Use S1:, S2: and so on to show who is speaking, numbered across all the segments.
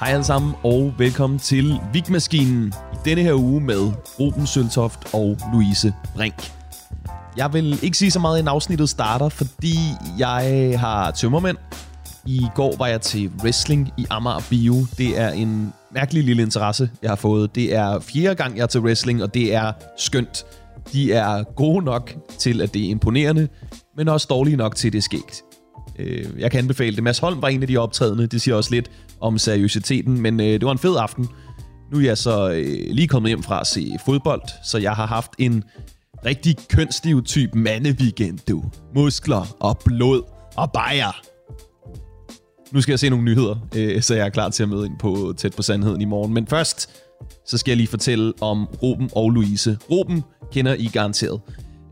S1: Hej alle sammen, og velkommen til Vigmaskinen i denne her uge med Ruben Søltoft og Louise Brink. Jeg vil ikke sige så meget, inden afsnittet starter, fordi jeg har tømmermænd. I går var jeg til wrestling i Amager Bio. Det er en mærkelig lille interesse, jeg har fået. Det er fjerde gang, jeg er til wrestling, og det er skønt. De er gode nok til, at det er imponerende, men også dårlige nok til, at det er skægt. Øh, jeg kan anbefale det. Mads Holm var en af de optrædende. Det siger også lidt om seriøsiteten, men øh, det var en fed aften. Nu er jeg så øh, lige kommet hjem fra at se fodbold, så jeg har haft en rigtig kønsstereotyp mandeweekend, du. Muskler og blod og bajer. Nu skal jeg se nogle nyheder, øh, så jeg er klar til at møde ind på Tæt på Sandheden i morgen. Men først, så skal jeg lige fortælle om Ruben og Louise. Ruben kender I garanteret.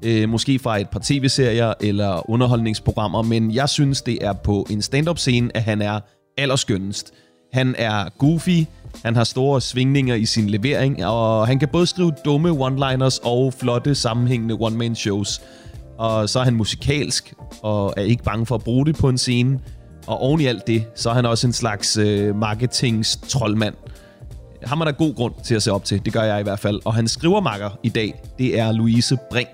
S1: Øh, måske fra et par tv-serier eller underholdningsprogrammer, men jeg synes, det er på en stand-up scene, at han er allerskønnest. Han er goofy, han har store svingninger i sin levering, og han kan både skrive dumme one-liners og flotte sammenhængende one-man-shows. Og så er han musikalsk, og er ikke bange for at bruge det på en scene. Og oven i alt det, så er han også en slags øh, marketings-troldmand. Ham er der god grund til at se op til. Det gør jeg i hvert fald. Og hans skrivermakker i dag, det er Louise Brink.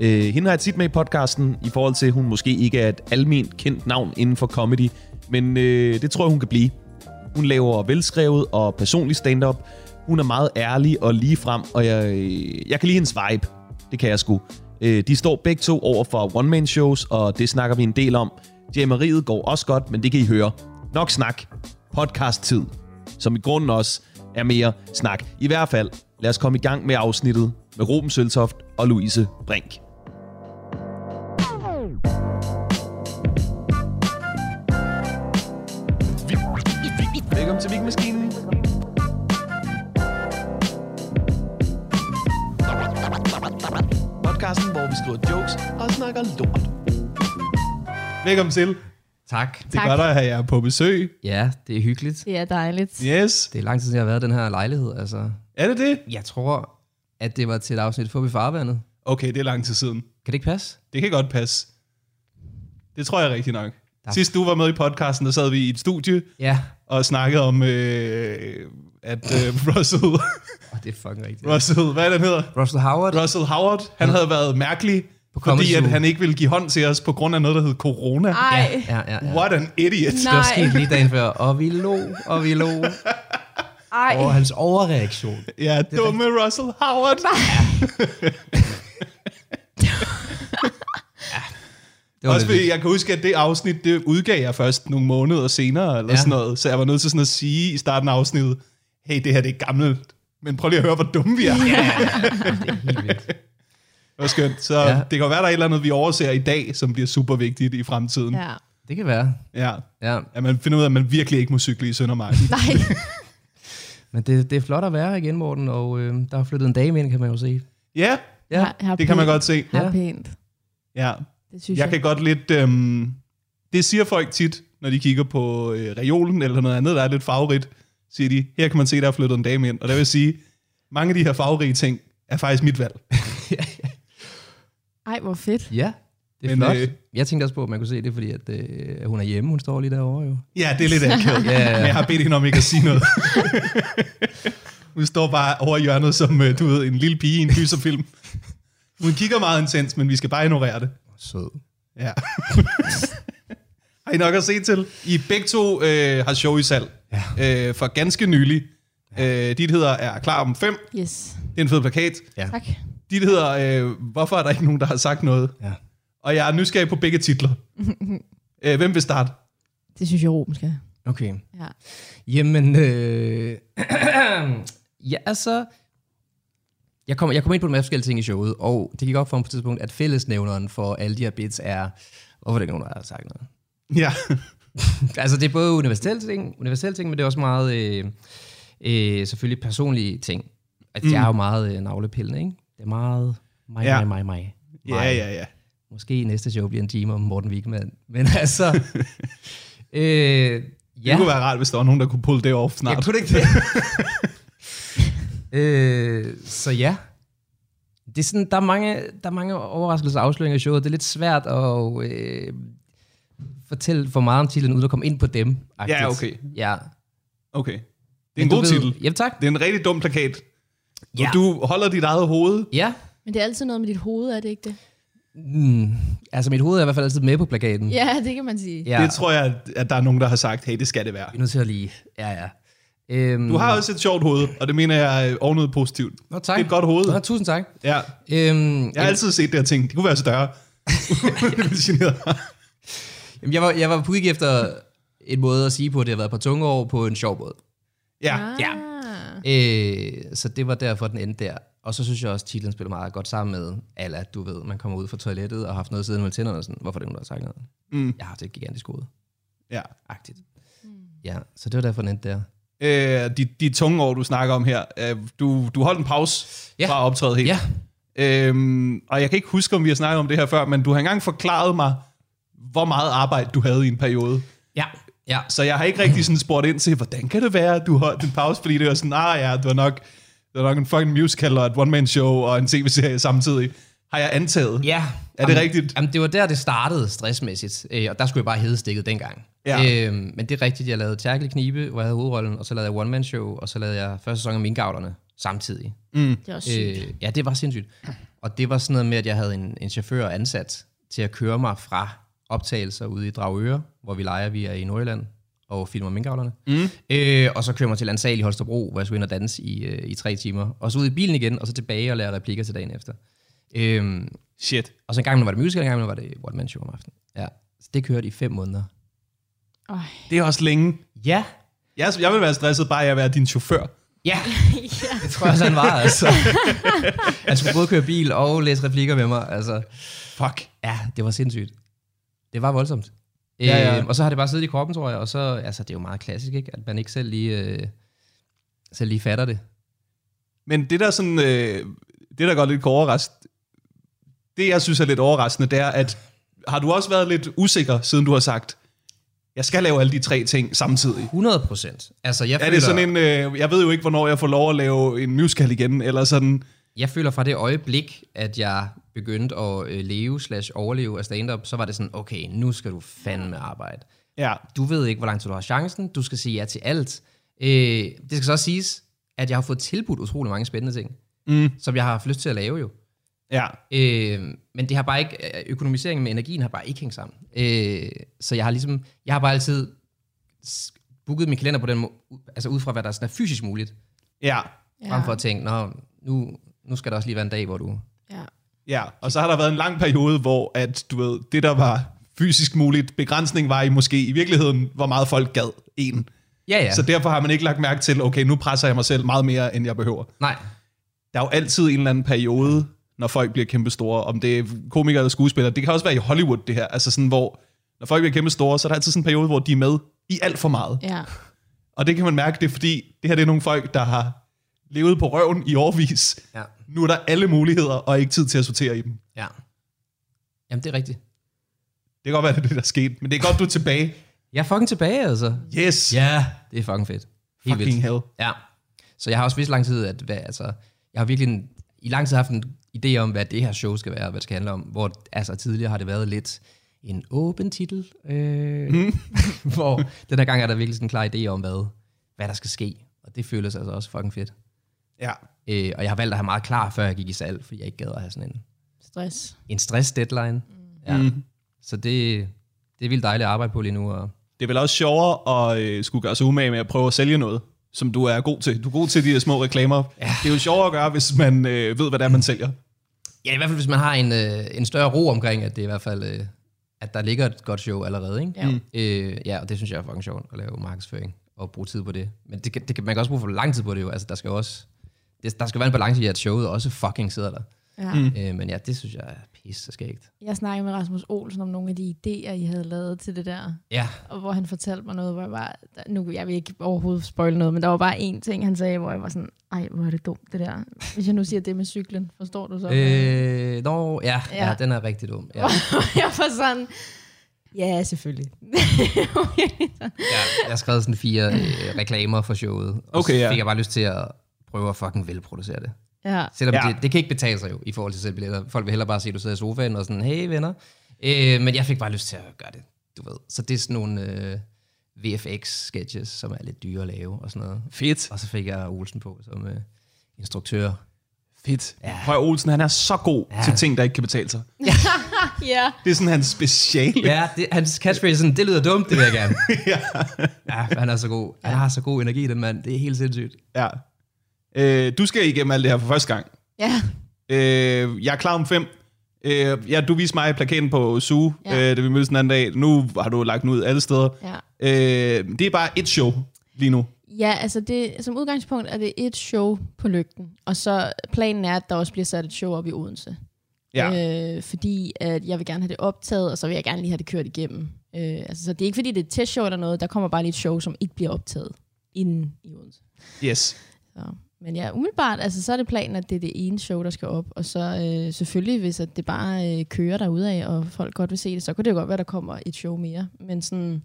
S1: Øh, hende har jeg tit med i podcasten, i forhold til, at hun måske ikke er et almindeligt kendt navn inden for comedy. Men øh, det tror jeg, hun kan blive. Hun laver velskrevet og personlig stand-up. Hun er meget ærlig og ligefrem, og jeg, jeg kan lide hendes vibe. Det kan jeg sgu. Øh, de står begge to over for one-man-shows, og det snakker vi en del om. Jammeriet går også godt, men det kan I høre. Nok snak. Podcast-tid. Som i grunden også er mere snak. I hvert fald, lad os komme i gang med afsnittet med Ruben Søltoft og Louise Brink. Velkommen til Vigmaskinen. Podcasten, hvor vi skriver jokes og snakker lort.
S2: Velkommen til.
S3: Tak.
S2: Det er godt at have jer på besøg.
S3: Ja, det er hyggeligt.
S4: Det er dejligt.
S2: Yes.
S3: Det er lang tid siden, jeg har været i den her lejlighed. Altså,
S2: Er det det?
S3: jeg tror, at det var til et afsnit Fup i farvandet.
S2: Okay, det er lang tid siden.
S3: Kan det ikke passe?
S2: Det kan godt passe. Det tror jeg rigtig nok. Sidst du var med i podcasten, der sad vi i et studie
S3: Ja.
S2: og snakkede om, øh, at øh, Russell,
S3: Oh, det er fucking rigtigt.
S2: Russell, hvad er den hedder?
S3: Russell Howard.
S2: Russell Howard, han havde været mærkelig,
S3: Comedy
S2: fordi at
S3: Zoo.
S2: han ikke ville give hånd til os på grund af noget, der hed corona.
S4: Ej,
S3: ja, ja, ja.
S2: What an idiot.
S3: Det var
S4: nej.
S3: sket lige dagen før, og vi lå, og vi lå
S4: Ej,
S3: over hans overreaktion.
S2: Ja, dumme Russell Howard.
S3: Det var
S2: Også
S3: lidt
S2: fordi jeg kan huske, at det afsnit, det udgav jeg først nogle måneder senere, eller ja.
S3: Ja.
S2: sådan noget. Så jeg var nødt til sådan at sige i starten af afsnittet, hey, det her det er gammelt, men prøv lige at høre, hvor dumme vi er. Ja.
S3: helt vildt.
S2: Det var skønt. Så ja.
S3: Ja.
S2: det kan jo være, der er et eller andet, vi overser i dag, som bliver super vigtigt i fremtiden. Ja.
S4: ja.
S3: Det kan være.
S2: ja.
S3: Ja.
S2: At man finder ud af, at man virkelig ikke må cykle i Søndermarken.
S4: Nej,
S3: Men det, det er flot at være her igen, Morten, og øh, der er flyttet en dame ind, kan man jo se.
S2: ja,
S3: Ja.
S4: Har- har
S2: det kan man
S4: pænt.
S2: godt se.
S4: Har
S3: Ja.
S4: pænt.
S2: Ja.
S4: Det synes jeg.
S2: Jeg kan godt lidt... Øhm, det siger folk tit, når de kigger på øh, reolen eller noget andet, der er lidt farverigt. Siger de, her kan man se, der er flyttet en dame ind. Og der vil jeg sige, mange af de her farverige ting er faktisk mit valg.
S4: Ej, hvor fedt.
S3: Ja, det er
S2: Men,
S3: Men, flot.
S2: øh,
S3: Øh... Jeg tænkte også på, at man kunne se det, fordi at, øh, hun er hjemme. Hun står lige derovre jo.
S2: Ja, det er lidt akavet.
S3: Ja, ja,
S2: Men jeg har bedt hende om ikke at sige noget. Hun står bare over i hjørnet som, øh, du ved, en lille pige i en gyserfilm. Hun kigger meget intens, men vi skal bare ignorere det.
S3: Sød.
S2: Ja. har I nok at se til? I begge to øh, har show i salg. Ja. Øh, for ganske nylig. Øh, dit hedder Er klar om fem.
S4: Yes.
S2: Det er en fed plakat.
S3: Ja.
S4: Tak.
S2: Dit hedder øh, Hvorfor er der ikke nogen, der har sagt noget?
S3: Ja.
S2: Og jeg er nysgerrig på begge titler. øh, hvem vil starte?
S4: Det synes jeg, Ruben skal.
S3: Okay.
S4: Ja.
S3: Jamen, øh, ja, altså, jeg kom, jeg kom ind på en masse forskellige ting i showet, og det gik op for mig på et tidspunkt, at fællesnævneren for alle de her bits er, hvorfor er der ikke nogen, der har sagt noget?
S2: Ja.
S3: altså, det er både universelle ting, universelle ting men det er også meget, øh, øh, selvfølgelig personlige ting. Altså, mm. det er jo meget øh, navlepillende, ikke? Det er meget mig,
S2: Ja.
S3: ja. mig, mig, mig.
S2: ja, ja, ja.
S3: Måske næste show bliver en time om Morten Wigman, men altså... øh,
S2: Det kunne være rart, hvis der var nogen, der kunne pulle det off snart.
S3: Jeg kunne ikke det. øh, så ja. Det er sådan, der, er mange, der er mange overraskelser og afsløringer i showet. Det er lidt svært at øh, fortælle for meget om titlen, uden at komme ind på dem. -agtigt.
S2: Ja, okay.
S3: Ja.
S1: Okay. Det er en god titel.
S3: Jamen tak.
S1: Det er en rigtig dum plakat. Ja.
S3: Ja.
S1: Og du holder dit eget hoved.
S3: Ja.
S4: Men det er altid noget med dit hoved, er det ikke det?
S3: Mm, altså, mit hoved er i hvert fald altid med på plakaten.
S4: Ja, det kan man sige.
S3: ja.
S1: Det tror jeg, at- at der er nogen, der har sagt, hey, det skal det være.
S3: Vi er nødt til at lige... Ja, ja. Øhm,
S1: Du har også et sjovt hoved, og det mener jeg øh, ovenud positivt.
S3: Nå, tak.
S1: Det er et godt hoved.
S3: Nå, tusind tak.
S1: Ja.
S3: Øhm,
S1: Jeg har altid set det og tænkt, det kunne være større. det ville genere mig.
S3: Jamen, jeg, var, jeg var på udkig efter en måde at sige på, at det har været et par tunge år på en sjov måde.
S1: ja.
S4: Ah,
S3: Ja. Øh, så det var derfor, den endte der. Og så synes jeg også, at titlen spiller meget godt sammen med, Alla, du ved, man kommer ud fra toilettet og har haft noget siden med tænderne. og Sådan, Hvorfor er det nogen, der har sagt noget?
S1: Mm.
S3: Jeg har haft et gigantisk hoved.
S1: ja.
S3: Agtigt. Ja, så det var derfor, den endte der.
S1: Øh, de, de tunge år, du snakker om her, øh, du, du holdt en pause
S3: Ja.
S1: fra at optræde helt.
S3: Ja,
S1: Øhm, og jeg kan ikke huske, om vi har snakket om det her før, men du har engang forklaret mig, hvor meget arbejde du havde i en periode.
S3: ja, ja.
S1: Så jeg har ikke rigtig sådan spurgt ind til, hvordan kan det være, at du holdt en pause, fordi det var sådan, ah ja, det var nok, det var nok en fucking musical og et one-man-show og en tv-serie samtidig, har jeg antaget.
S3: Ja.
S1: Er det rigtigt?
S3: Jamen, det var der, det startede stressmæssigt, øh, og der skulle jeg bare hedde stikket dengang.
S1: Ja.
S3: Øh, men det er rigtigt, jeg lavede Tjerkel Knibe, hvor jeg havde hovedrollen, og så lavede jeg One Man Show, og så lavede jeg første sæson af Minkavlerne samtidig.
S4: Det er også sygt.
S3: Øh, ja, det var sindssygt. Og det var sådan noget med, at jeg havde en, en chauffør ansat til at køre mig fra optagelser ude i Dragøre, hvor vi leger, vi er i Nordjylland og filmer minkavlerne. Mm. Øh, og så kører jeg mig til Ansal i Holstebro, hvor jeg skulle ind og danse i, øh, i tre timer. Og så ud i bilen igen, og så tilbage og lære replikker til dagen efter. Øhm,
S1: Shit.
S3: og så en gang imellem var det musical, en gang imellem var det One Man Show om aftenen. Ja. Så det kørte i fem måneder.
S4: Øj.
S1: Det er også længe.
S3: Ja.
S1: Jeg, jeg vil være stresset bare af at være din chauffør.
S3: Ja, det tror jeg også, han var, altså. Han skulle både køre bil og læse replikker med mig, altså.
S1: Fuck.
S3: Ja, det var sindssygt. Det var voldsomt.
S1: Ja, ja.
S3: Øh, og så har det bare siddet i kroppen, tror jeg, og så, altså, det er jo meget klassisk, ikke? At man ikke selv lige, øh, selv lige fatter det.
S1: Men det der sådan, øh, det der godt lidt kan overraske, det jeg synes er lidt overraskende, det er, at har du også været lidt usikker, siden du har sagt, jeg skal lave alle de tre ting samtidig?
S3: 100 procent. Altså, jeg
S1: Er
S3: føler,
S1: det sådan en, øh, jeg ved jo ikke, hvornår jeg får lov at lave en musical igen, eller sådan,
S3: jeg føler fra det øjeblik, at jeg begyndte at øh, leve slash overleve af stand-up, så var det sådan, okay, nu skal du fandme arbejde.
S1: ja,
S3: Du ved ikke, hvor lang tid du har chancen. Du skal sige ja til alt. Øh, det skal så også siges, at jeg har fået tilbudt utrolig mange spændende ting,
S1: Mm.
S3: som jeg har haft lyst til at lave jo.
S1: ja,
S3: Øh, men det har bare ikke, øh, økonomiseringen med energien har bare ikke hængt sammen. Øh, så jeg har ligesom, jeg har bare altid s- booket min kalender på den må- altså ud fra, hvad der sådan er fysisk muligt,
S1: ja,
S3: ja. frem for at tænke, nå, nu, nu skal der også lige være en dag, hvor du...
S4: ja.
S1: ja. Og så har der været en lang periode, hvor at, du ved, det der var fysisk muligt, begrænsning var i måske i virkeligheden, hvor meget folk gad en.
S3: Ja, ja.
S1: Ja. Så derfor har man ikke lagt mærke til, okay, nu presser jeg mig selv meget mere, end jeg behøver.
S3: Nej.
S1: der er jo altid en eller anden periode, når folk bliver kæmpe store, om det er komikere eller skuespillere, det kan også være i Hollywood det her, altså sådan hvor, når folk bliver kæmpe store, så er der altid sådan en periode, hvor de er med i alt for meget.
S4: ja.
S1: Og det kan man mærke, det er fordi, det her det er nogle folk, der har levet på røven i årvis.
S3: Ja.
S1: Nu er der alle muligheder, og ikke tid til at sortere i dem.
S3: ja. Jamen, det er rigtigt.
S1: Det kan godt være, det er det, der skete, men det er godt, du er tilbage.
S3: Jeg er fucking tilbage, altså.
S1: Yes!
S3: Ja. Det er fucking fedt. Helt
S1: Fucking
S3: vildt.
S1: hell.
S3: Ja. Så jeg har også vist lang tid, at hvad, altså, jeg har virkelig en, i lang tid haft en idé om, hvad det her show skal være, og hvad det skal handle om. Hvor altså, tidligere har det været lidt en åben titel, øh, mm. hvor den her gang er der virkelig sådan en klar idé om, hvad, hvad der skal ske. Og det føles altså også fucking fedt.
S1: Ja.
S3: Øh, og jeg har valgt at have meget klar, før jeg gik i salg, fordi jeg ikke gad at have sådan en,
S4: Stress.
S3: en stress-deadline. Ja. Mm. Så det, det er vildt dejligt at arbejde på lige nu. Og,
S1: Det er vel også sjovere at øh, skulle gøre sig umage med at prøve at sælge noget, som du er god til. Du er god til de her små reklamer. Ja. Det er jo sjovere at gøre, hvis man øh, ved, hvad det er, man sælger.
S3: Ja, i hvert fald hvis man har en, øh, en større ro omkring, at det i hvert fald, øh, at der ligger et godt show allerede, ikke?
S4: Ja. Mm.
S3: Øh, ja, og det synes jeg er fucking sjovt at lave markedsføring og bruge tid på det. Men det, kan- det kan, man kan også bruge for lang tid på det jo. Altså, der skal jo også, det, der skal være en balance i, at showet også fucking sidder der.
S4: Ja.
S1: Mm.
S4: Mm.
S3: Øh, men ja, det synes jeg er pisse skægt.
S4: Jeg snakkede med Rasmus Olsen om nogle af de idéer, I havde lavet til det der.
S3: Ja,
S4: Og hvor han fortalte mig noget, hvor jeg bare... der- Nu, jeg vil ikke overhovedet spoil noget, men der var bare én ting, han sagde, hvor jeg var sådan... Ej, hvor er det dumt, det der. Hvis jeg nu siger det med cyklen, forstår du så?
S3: øh, no, ja, ja.
S4: Ja.
S3: ja, den er rigtig dum. Ja.
S4: jeg var sådan... Ja, selvfølgelig.
S3: Jeg, jeg skrev sådan fire øh, reklamer for showet, og
S1: Okay,
S3: så
S1: ja.
S3: fik jeg bare lyst til at prøve at fucking velproducere det.
S4: ja.
S3: Selvom
S1: Ja.
S3: ja. det, det kan ikke betale sig jo, i forhold til selvbilletter. Folk vil hellere bare se, at du sidder i sofaen og sådan, hey venner. Øh, men jeg fik bare lyst til at gøre det, du ved. Så det er sådan nogle øh, VFX-sketches, som er lidt dyre at lave og sådan noget.
S1: Fedt.
S3: Og så fik jeg Olsen på som øh, instruktør.
S1: Fedt.
S3: Ja.
S1: Høj Olsen, han er så god ja. til ting, der ikke kan betale sig.
S4: ja.
S1: Det er sådan hans speciale. Ja.
S3: Ja, det, hans catchphrase er sådan, det lyder dumt, det vil jeg gerne. ja. ja, han er så god. Han har så god energi, den mand. Det er helt sindssygt.
S1: ja. Øh, du skal igennem alt det her for første gang.
S4: Ja.
S1: Øh, jeg er klar om fem. Øh, ja, du viste mig plakaten på Zoo,
S4: Ja.
S1: ja. øh, da vi mødtes den anden dag. Nu har du lagt den ud alle steder.
S4: ja.
S1: Øh, det er bare et show lige nu.
S4: Ja, altså det, som udgangspunkt er det et show på lygten, og så planen er, at der også bliver sat et show op i Odense.
S1: Ja. Øh.
S4: Øh, fordi at jeg vil gerne have det optaget, og så vil jeg gerne lige have det kørt igennem. Øh, altså, så det er ikke fordi, det er et testshow eller noget, der kommer bare lige et show, som ikke bliver optaget inden i Odense.
S1: Yes.
S4: Så. Men ja, umiddelbart, altså, så er det planen, at det er det ene show, der skal op, og så øh, selvfølgelig, hvis at det bare øh, kører derude af, og folk godt vil se det, så kunne det jo godt være, der kommer et show mere. Men sådan,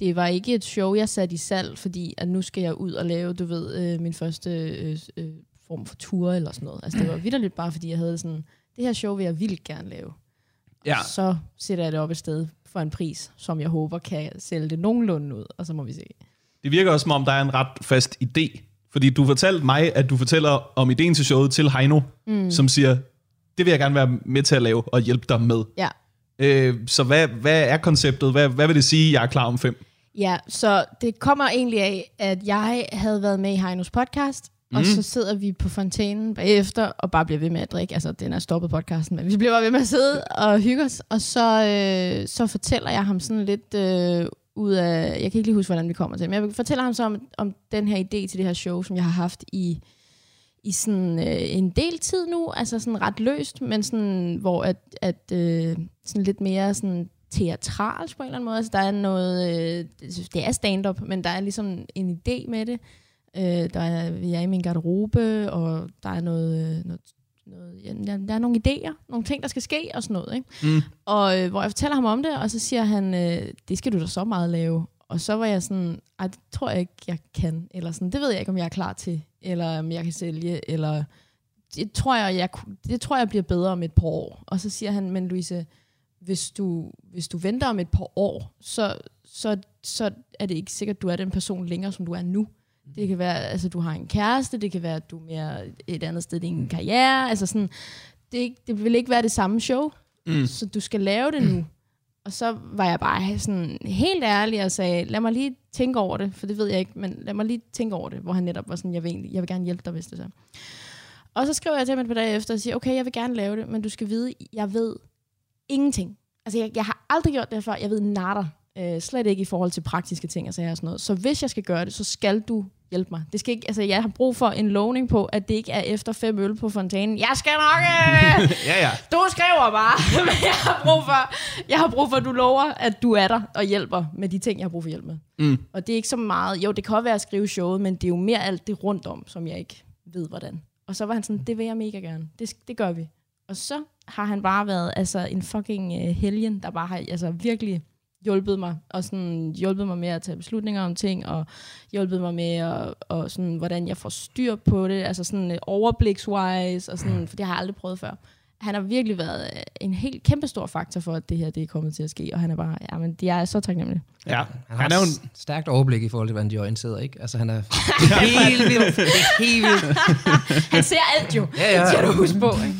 S4: det var ikke et show, jeg satte i salg, fordi at nu skal jeg ud og lave, du ved, øh, min første øh, øh, form for tour eller sådan noget. Altså, det var vidderligt bare, fordi jeg havde sådan, det her show vil jeg vildt gerne lave.
S1: Ja.
S4: Så sætter jeg det op et sted for en pris, som jeg håber kan sælge det nogenlunde ud, og så må vi se.
S1: Det virker også, som om der er en ret fast idé. Fordi du fortalte mig, at du fortæller om ideen til showet til Heino, mm. som siger, det vil jeg gerne være med til at lave og hjælpe dig med.
S4: Ja,
S1: Øh, så hvad, hvad er konceptet? Hvad, hvad vil det sige, jeg er klar om fem?
S4: Ja, så det kommer egentlig af, at jeg havde været med i Heinos podcast, mm. og så sidder vi på fontænen bagefter og bare bliver ved med at drikke. Altså, den er stoppet podcasten, men vi bliver bare ved med at sidde og hygge os. Og så, øh, så fortæller jeg ham sådan lidt øh, ud af... Jeg kan ikke lige huske, hvordan vi kommer til det, men jeg fortæller ham så om, om den her idé til det her show, som jeg har haft i i sådan øh, en del tid nu, altså sådan ret løst, men sådan, hvor at, at øh, sådan lidt mere sådan teatralsk på en eller anden måde. Altså, der er noget, øh, det- det er stand-up, men der er ligesom en idé med det. Øh, der er, vi er i min garderobe, og der er noget, øh, noget, noget ja, der, der er nogle idéer, nogle ting, der skal ske og sådan noget. Ikke?
S1: Mm.
S4: Og øh, hvor jeg fortæller ham om det, og så siger han, øh, det skal du da så meget lave. Og så var jeg sådan, Ej, det tror jeg ikke, jeg kan. Eller sådan, det ved jeg ikke, om jeg er klar til. Eller om jeg kan sælge. Eller det tror jeg, jeg, ku- det tror jeg bliver bedre om et par år. Og så siger han, men Louise, hvis du, hvis du venter om et par år, så, så, så er det ikke sikkert, at du er den person længere, som du er nu. Det kan være, altså du har en kæreste, det kan være, at du er mere et andet sted i din karriere. Altså sådan, det, er ikke- det vil ikke være det samme show, mm. så du skal lave det nu. Og så var jeg bare sådan helt ærlig og sagde, lad mig lige tænke over det, for det ved jeg ikke, men lad mig lige tænke over det, hvor han netop var sådan, jeg vil, egentlig, jeg vil gerne hjælpe dig, hvis det er så. Og så skriver jeg til ham et par dage efter og siger, okay, jeg vil gerne lave det, men du skal vide, jeg ved ingenting. Altså, jeg, jeg har aldrig gjort det her før. Jeg ved natter. Øh, slet ikke i forhold til praktiske ting og sager og sådan noget. Så hvis jeg skal gøre det, så skal du hjælpe mig. Det skal ikke, altså, jeg har brug for en lovning på, at det ikke er efter fem øl på fontænen. Jeg skal nok... Øh,
S1: Ja, ja.
S4: du skriver bare, men jeg har brug for, jeg har brug for at du lover, at du er der og hjælper med de ting, jeg har brug for hjælp med.
S1: Mm.
S4: Og det er ikke så meget... Jo, det kan også være at skrive showet, men det er jo mere alt det rundt om, som jeg ikke ved, hvordan. Og så var han sådan, det vil jeg mega gerne. Det, det gør vi. Og så har han bare været altså, en fucking øh, helgen, der bare har altså, virkelig hjulpet mig, og sådan hjulpet mig med at tage beslutninger om ting, og hjulpet mig med, at, og sådan, hvordan jeg får styr på det, altså sådan øh, overblikswise, og sådan, for det har jeg aldrig prøvet før. Han har virkelig været øh, en helt kæmpestor faktor for, at det her det er kommet til at ske, og han er bare, ja, men jeg er så taknemmelig.
S1: ja.
S3: Han har
S1: Han er jo en,
S3: et stærkt overblik i forhold til, hvordan de orienterer, ikke? Altså, han er helt vildt. Det er helt vildt.
S4: Han ser alt jo,
S3: Ja, ja.
S4: det skal du huske på. Ikke?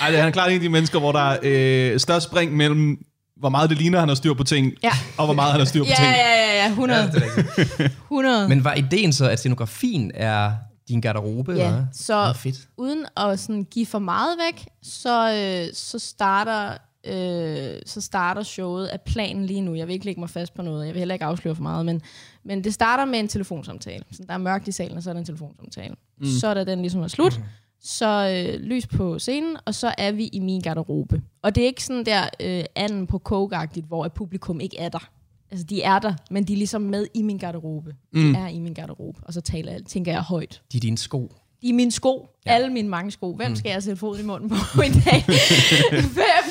S1: Ej, det- han er klart en af de mennesker, hvor der er øh, størst spring mellem, hvor meget det ligner, han har styr på ting,
S4: Ja.
S1: og hvor meget han har styr på
S4: Ja,
S1: ting.
S4: ja, ja, ja, 100.
S3: Ja, det er rigtigt.
S4: 100.
S3: Men var ideen så, at scenografien er din garderobe,
S4: Ja,
S3: eller hvad?
S4: så-
S3: Nå, fedt.
S4: uden at sådan give for meget væk, så, øh, så, starter, øh, så starter showet af planen lige nu. Jeg vil ikke lægge mig fast på noget, jeg vil heller ikke afsløre for meget, men, men det starter med en telefonsamtale. Så der er mørkt i salen, og så er der en telefonsamtale. Mm. Så da den ligesom er slut, så øh, lys på scenen, og så er vi i min garderobe. Og det er ikke sådan der øh, anden på kogagtigt, hvor at publikum ikke er der. Altså, de er der, men de er ligesom med i min garderobe. De er i min garderobe, og så taler jeg, tænker jeg højt
S3: De er dine sko.
S4: i mine sko, ja. alle mine mange sko. Hvem skal jeg sætte foden i munden på i dag? Hvem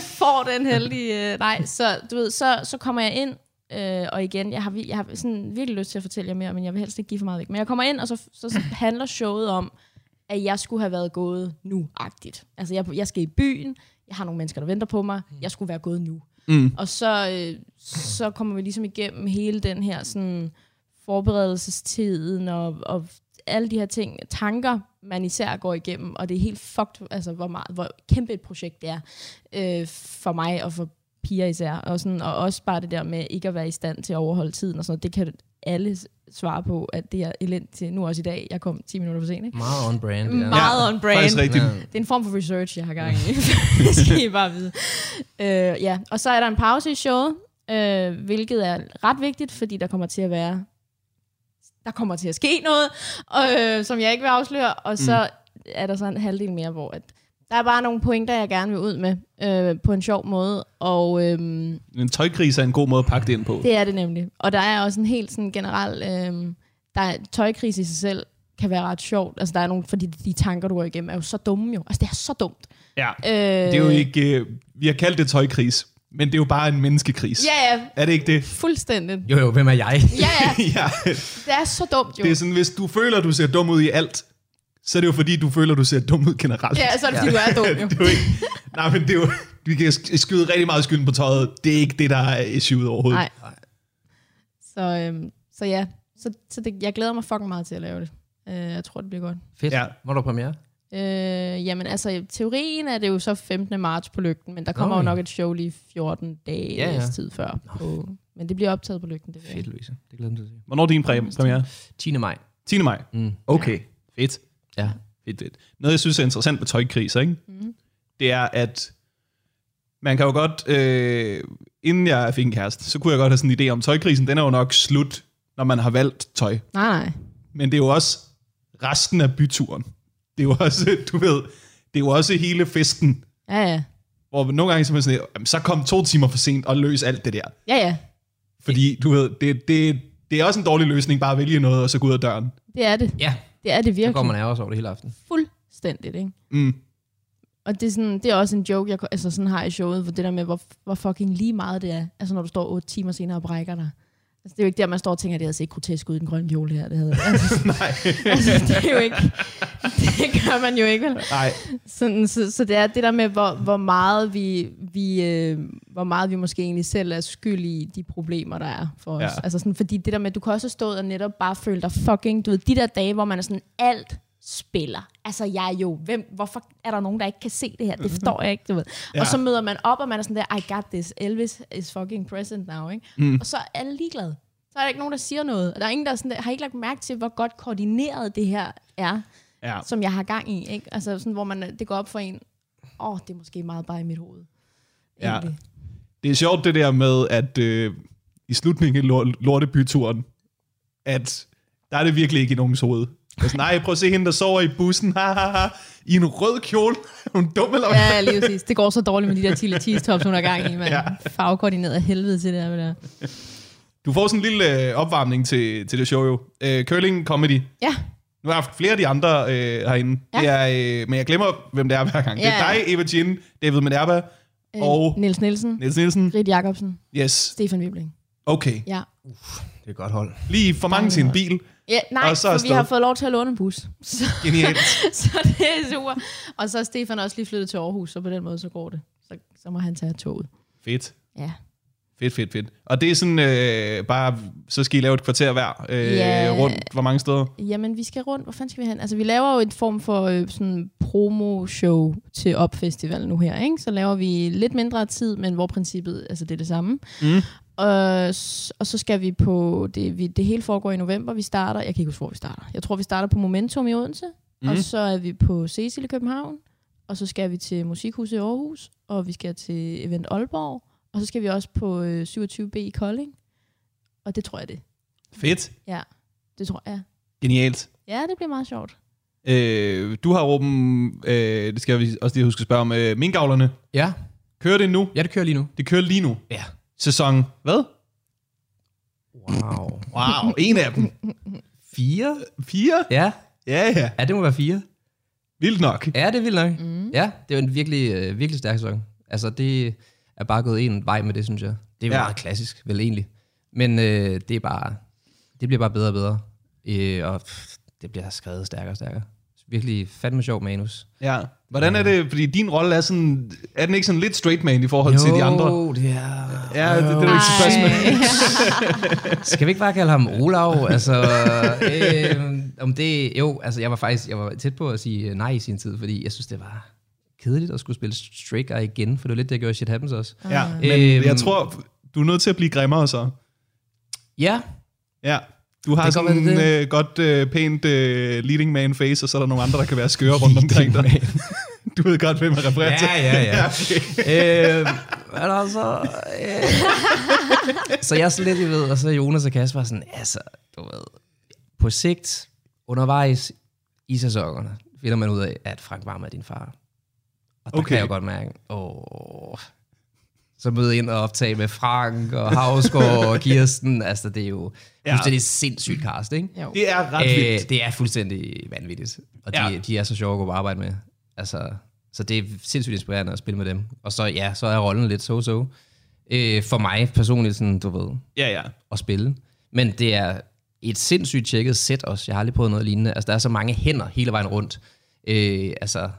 S4: får den heldige? øh, Nej, så du ved, så, så kommer jeg ind, øh, og igen, jeg har, vi- jeg har sådan virkelig lyst til at fortælle jer mere, men jeg vil helst ikke give for meget væk. Men jeg kommer ind, og så, så handler showet om, at jeg skulle have været gået nu-agtigt. Altså, jeg, jeg skal i byen, jeg har nogle mennesker, der venter på mig, jeg skulle være gået nu. Mm. Og så, øh, så kommer vi ligesom igennem hele den her sådan, forberedelsestiden og, og alle de her ting, tanker, man især går igennem, og det er helt fucked, altså hvor, meget, hvor kæmpe et projekt det er øh, for mig og for piger især, og, sådan, og også bare det der med ikke at være i stand til at overholde tiden og sådan noget, det kan alle s- svare på, at det er elendigt til nu også i dag, jeg kom 10 minutter for sent, ikke?
S3: Meget on brand. det der.
S4: Mm. Meget on brand.
S1: Faktisk rigtigt.
S3: Ja.
S4: Det er en form for research, jeg har gang i. det skal I bare vide. Øh, ja. Og så er der en pause i showet, øh, hvilket er ret vigtigt, fordi der kommer til at være... Der kommer til at ske noget, og, øh, som jeg ikke vil afsløre. Og så er der så en halvdel mere, hvor at der er bare nogle pointer, jeg gerne vil ud med øh, på en sjov måde. Og... Øh,
S1: En tøjkrise er en god måde at pakke det ind på.
S4: det er det nemlig. Og der er også en helt sådan generel... Øhm, der er, tøjkrise i sig selv kan være ret sjovt. Altså, der er nogle, fordi de tanker, du går igennem, er jo så dumme jo. Altså, det er så dumt.
S1: Ja.
S4: Øh,
S1: Det er jo ikke... Øh, vi har kaldt det tøjkris, men det er jo bare en menneskekris.
S4: Ja, ja.
S1: Er det ikke det?
S4: Fuldstændig.
S3: Jo, jo, hvem er jeg?
S4: Ja, ja.
S1: ja.
S4: Det er så dumt jo.
S1: Det er sådan, hvis du føler, du ser dum ud i alt, så er det jo fordi, du føler, du ser dum ud generelt.
S4: Ja, så er det, fordi du er dum jo.
S1: det er jo ikke... Nej, men det er jo... Vi kan sk- skyde rigtig meget skylden på tøjet. Det er ikke det, der er issueet overhovedet.
S4: Nej. Så, øhm, så ja. Så, så det, jeg glæder mig fucking meget til at lave det. Øh, jeg tror, det bliver godt.
S3: Fedt.
S1: Ja.
S3: Ja. Hvor er du premiere?
S4: Øh, jamen altså, i teorien er det jo så 15. marts på lygten, men der kommer
S3: Nå,
S4: jo
S3: ja.
S4: nok et show lige 14 dage
S3: Ja, ja.
S4: tid før. På, men det bliver optaget på lygten, det ved jeg
S3: Fedt, Louise. Det glæder jeg mig til at
S1: Hvornår er din præm- premiere?
S3: se. 10. maj.
S1: 10. maj.
S3: Mm.
S1: Okay. Fedt.
S3: Ja.
S1: Fedt, fedt. Noget, jeg synes er interessant med tøjkriser, ikke? Mm. det er, at man kan jo godt, øh, inden jeg fik en kæreste, så kunne jeg godt have sådan en idé om, tøjkrisen den er jo nok slut, når man har valgt tøj.
S4: Nej, nej.
S1: Men det er jo også resten af byturen. Det er jo også, du ved, det er jo også hele festen,
S4: Ja, ja.
S1: hvor nogle gange så er man sådan, jamen, så kom to timer for sent og løs alt det der.
S4: Ja, ja.
S1: Fordi, du ved, det, det, det er også en dårlig løsning, bare at vælge noget og så gå ud af døren.
S4: Det er det.
S3: Ja,
S4: Det er det
S3: så går
S4: virkelig.
S3: man af over det hele aften.
S4: Fuldstændigt, ikke?
S1: Mm.
S4: Og det er, sådan, det er også en joke, jeg altså sådan har i showet, hvor det der med, hvor, hvor fucking lige meget det er, altså når du står otte timer senere og brækker dig. Altså, det er jo ikke der, man står og tænker, det havde set grotesk ud i den grønne kjole her. Det havde. Altså,
S1: Nej,
S4: altså, det er jo ikke, det gør man jo ikke, vel?
S1: nej.
S4: Sådan, så, så det er det der med, hvor, hvor, meget vi, vi, øh, hvor meget vi måske egentlig selv er skyld i de problemer, der er for os.
S1: Ja.
S4: Ja. Altså sådan, fordi det der med, du kan også stå og netop bare føle dig fucking, du ved, de der dage, hvor man er sådan, alt spiller. Altså jeg er jo, hvem, hvorfor er der nogen, der ikke kan se det her?
S1: Mm.
S4: Det forstår jeg ikke, du ved. Ja. Og så møder man op, og man er sådan der, I got this, Elvis is fucking present now, ikke? Mm. Og så er alle ligeglade. Så er der ikke nogen, der siger noget. Og der er ingen, der er sådan der, har I ikke lagt mærke til, hvor godt koordineret det her er
S1: Ja.
S4: som jeg har gang i, ikke? Altså sådan, hvor man, det går op for en, åh, oh, det er måske meget bare i mit hoved.
S1: Ja.
S4: Egentlig.
S1: Det er sjovt det der med, at øh, i slutningen af lort- lortebyturen, at der er det virkelig ikke i nogens hoved. Altså, nej, prøv at se hende, der sover i bussen, ha, ha, ha, i en rød kjole. Er hun dum eller hvad?
S4: Ja, lige præcis. Det går så dårligt med de der Tille Tees tops, hun har gang i, mand.
S1: Ja.
S4: Ja. Fagkoordineret af helvede til det der. med der.
S1: Du får sådan en lille øh, opvarmning til, til det show jo. Øh, curling Comedy.
S4: Ja,
S1: Nu har jeg haft flere af de andre øh, herinde.
S4: Ja.
S1: Det er, øh, men jeg glemmer, hvem det er hver gang. Det er
S4: Ja.
S1: dig, Eva Jean, David Minerva øh. og
S4: Niels Nielsen,
S1: Niels Nielsen.
S4: Rit Jacobsen,
S1: Yes,
S4: Stefan Wibling.
S1: okay.
S4: Ja.
S3: Det er et godt hold.
S1: Lige for mange til en bil.
S4: Ja, nej,
S1: Og så
S4: for vi
S1: afsted.
S4: har fået lov til at låne en bus. Så,
S1: Genialt.
S4: så det er super. Og så er Stefan også lige flyttet til Aarhus, så på den måde så går det. Så, så må han tage toget.
S1: Fedt.
S4: Ja.
S1: Fedt, fedt, fedt. Og det er sådan øh, bare, så skal I lave et kvarter hver øh,
S4: Ja.
S1: yeah. rundt, hvor mange steder?
S4: Jamen, vi skal rundt. Hvor fanden skal vi hen? Altså, vi laver jo en form for øh, sådan promo-show til opfestival nu her, ikke? Så laver vi lidt mindre tid, men hvor princippet, altså det er det samme.
S1: Mm.
S4: Og, s- og så skal vi på, det, vi, det hele foregår i november, vi starter, jeg kan ikke huske, hvor vi starter. Jeg tror, vi starter på Momentum i Odense, mm. og så er vi på Cecil i København, og så skal vi til Musikhuset i Aarhus, og vi skal til Event Aalborg, og så skal vi også på øh, 27B i Kolding, og det tror jeg det.
S1: Fedt.
S4: Det tror jeg.
S1: Genialt.
S4: Ja, det bliver meget sjovt.
S1: Øh, du har åben, øh, det skal vi også lige huske at spørge om, øh, minkavlerne.
S3: Ja.
S1: Kører det nu?
S3: ja, det kører lige nu.
S1: Det kører lige nu.
S3: Ja.
S1: Sæson, hvad?
S3: Wow.
S1: Wow, en af dem.
S3: Fire?
S1: Fire?
S3: Ja.
S1: Ja, ja.
S3: Ja, det må være fire.
S1: Vildt nok.
S3: Ja, det er vildt nok. Mm. Ja, det er jo en virkelig, øh, virkelig stærk sæson. Altså, det er bare gået en vej med det, synes jeg. Det er jo
S1: Ja.
S3: ja. meget klassisk, vel egentlig. Men øh, det er bare, det bliver bare bedre og bedre. Øh, og pff, det bliver skrevet stærkere og stærkere. virkelig fandme sjov manus.
S1: Ja. Hvordan er det, fordi din rolle er sådan, er den ikke sådan lidt straight man i forhold til de andre?
S3: det er...
S1: Ja, det, det er jo ikke et spørgsmål.
S3: Skal vi ikke bare kalde ham Olav? Altså, øh, om det, jo, altså jeg var faktisk jeg var tæt på at sige øh, nej i sin tid, fordi jeg synes, det var kedeligt at skulle spille Stray Guy igen, for det var lidt det, jeg gjorde i Shit Happens også.
S1: Ja, men
S3: Øhm.
S1: jeg tror, du er nødt til at blive grimmere så.
S3: Ja,
S1: Ja. Du har
S3: Det kan
S1: sådan
S3: godt være, det
S1: en øh, godt øh, pænt øh, leading man face, og så er der nogle andre, der kan være skøre rundt omkring dig. Du ved godt, hvem jeg refererer til.
S3: ja, ja. øh, men altså... Øh. så jeg er sådan lidt, I ved, og så er Jonas og Kasper sådan, altså, du ved, på sigt, undervejs i sæsonerne, finder man ud af, at Frank Varm er din far. Og der okay.
S1: Okay.
S3: kan jeg jo godt mærke, åh, så møde ind og optage med Frank og Havsgaard og Kirsten. Altså, det er jo
S1: Ja.
S3: fuldstændig sindssygt cast, ikke?
S4: Jo.
S1: Det er ret øh,
S3: Øh,
S1: vildt.
S3: det er fuldstændig vanvittigt. Og de,
S1: Ja.
S3: ja. de er så sjove at gå på arbejde med. Altså, så det er sindssygt inspirerende at spille med dem. Og så, ja, så er rollen lidt so-so. Øh, for mig personligt, sådan, du ved,
S1: Ja, ja.
S3: at spille. Men det er et sindssygt tjekket sæt også. Jeg har aldrig prøvet noget lignende. Altså, der er så mange hænder hele vejen rundt. Øh, altså,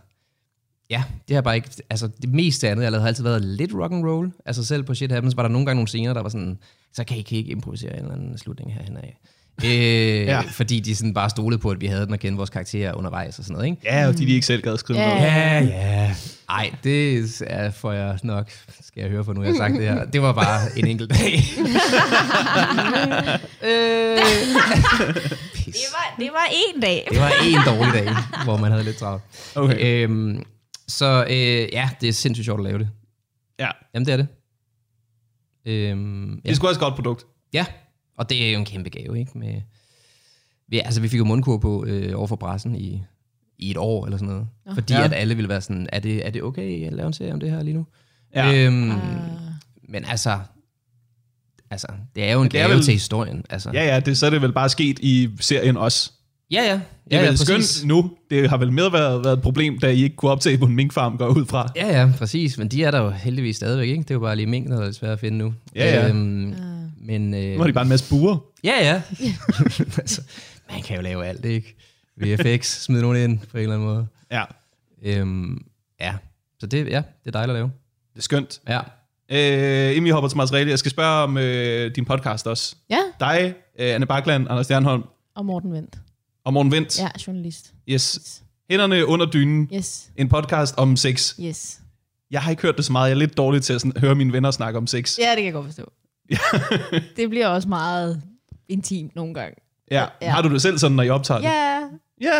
S3: ja, det har bare ikke... Altså, det meste andet, jeg lavede, har altid været lidt rock and roll. Altså, selv på Shit Happens var der nogle gange nogle scener, der var sådan, så kan I, kan I ikke improvisere en eller anden slutning herhen af. øh,
S1: Ja.
S3: ja. Fordi de sådan bare stolede på, at vi havde den og kendte vores karakterer undervejs og sådan noget, ikke?
S1: Ja, og de, de ikke selv gad skrive
S4: Ja.
S1: noget.
S3: Ja, ja. Ej, det er, får jeg nok, skal jeg høre for nu, jeg har sagt det her. Det var bare en enkelt dag. øh, Pis.
S5: Det var, det var en dag.
S3: det var en dårlig dag, hvor man havde lidt travlt.
S1: Okay.
S3: Øhm, så øh, ja, det er sindssygt sjovt at lave det.
S1: Ja.
S3: Jamen, det er det. Øhm,
S1: Det
S3: ja.
S1: er sgu også et godt produkt.
S3: ja, og det er jo en kæmpe gave, ikke? Med, vi, altså, vi fik jo mundkur på øh, over for pressen i, i et år eller sådan noget. Fordi
S1: Ja.
S3: ja. at alle ville være sådan, er det, er det okay at lave en serie om det her lige nu?
S1: Ja.
S3: Øhm,
S4: Ah.
S3: Men altså, altså, det er jo en
S1: det er
S3: gave
S1: vel-
S3: vel... til historien. Altså.
S1: Ja, ja, det, så er det vel bare sket i serien også.
S3: ja. ja.
S1: Det er
S3: ja,
S1: vel
S3: ja, præcis.
S1: skønt nu. Det har vel med været, været et problem, da I ikke kunne optage på en minkfarm, går jeg ud fra.
S3: Ja, ja, præcis. Men de er der jo heldigvis stadigvæk, ikke? Det er jo bare lige mængden, der er lidt svært at finde nu.
S1: Ja, ja.
S3: Øhm, men, øh,
S1: Nu har de bare en masse buer.
S3: Ja, ja. altså, man kan jo lave alt, ikke? VFX, smide nogen ind på en eller anden måde.
S1: Ja,
S3: Øhm, ja, så det, ja, det er dejligt at lave.
S1: det er skønt.
S3: Ja.
S1: Øh, inden vi hopper til materiale, jeg skal spørge om øh, din podcast også.
S4: Ja,
S1: Dig, øh, Anne Bakland, Anders Stjernholm
S4: og Morten Vendt.
S1: og Morten Vendt.
S4: Ja, journalist.
S1: Yes. Hænderne under dynen.
S4: Yes,
S1: En podcast om sex.
S4: yes.
S1: Jeg har ikke hørt det så meget. Jeg er lidt dårlig til at sådan, høre mine venner snakke om sex.
S4: Ja, det kan jeg godt forstå. det bliver også meget intimt nogle gange.
S1: Ja.
S4: Ja.
S1: Har du det selv sådan, når I optager det?
S4: Ja,
S1: Ja.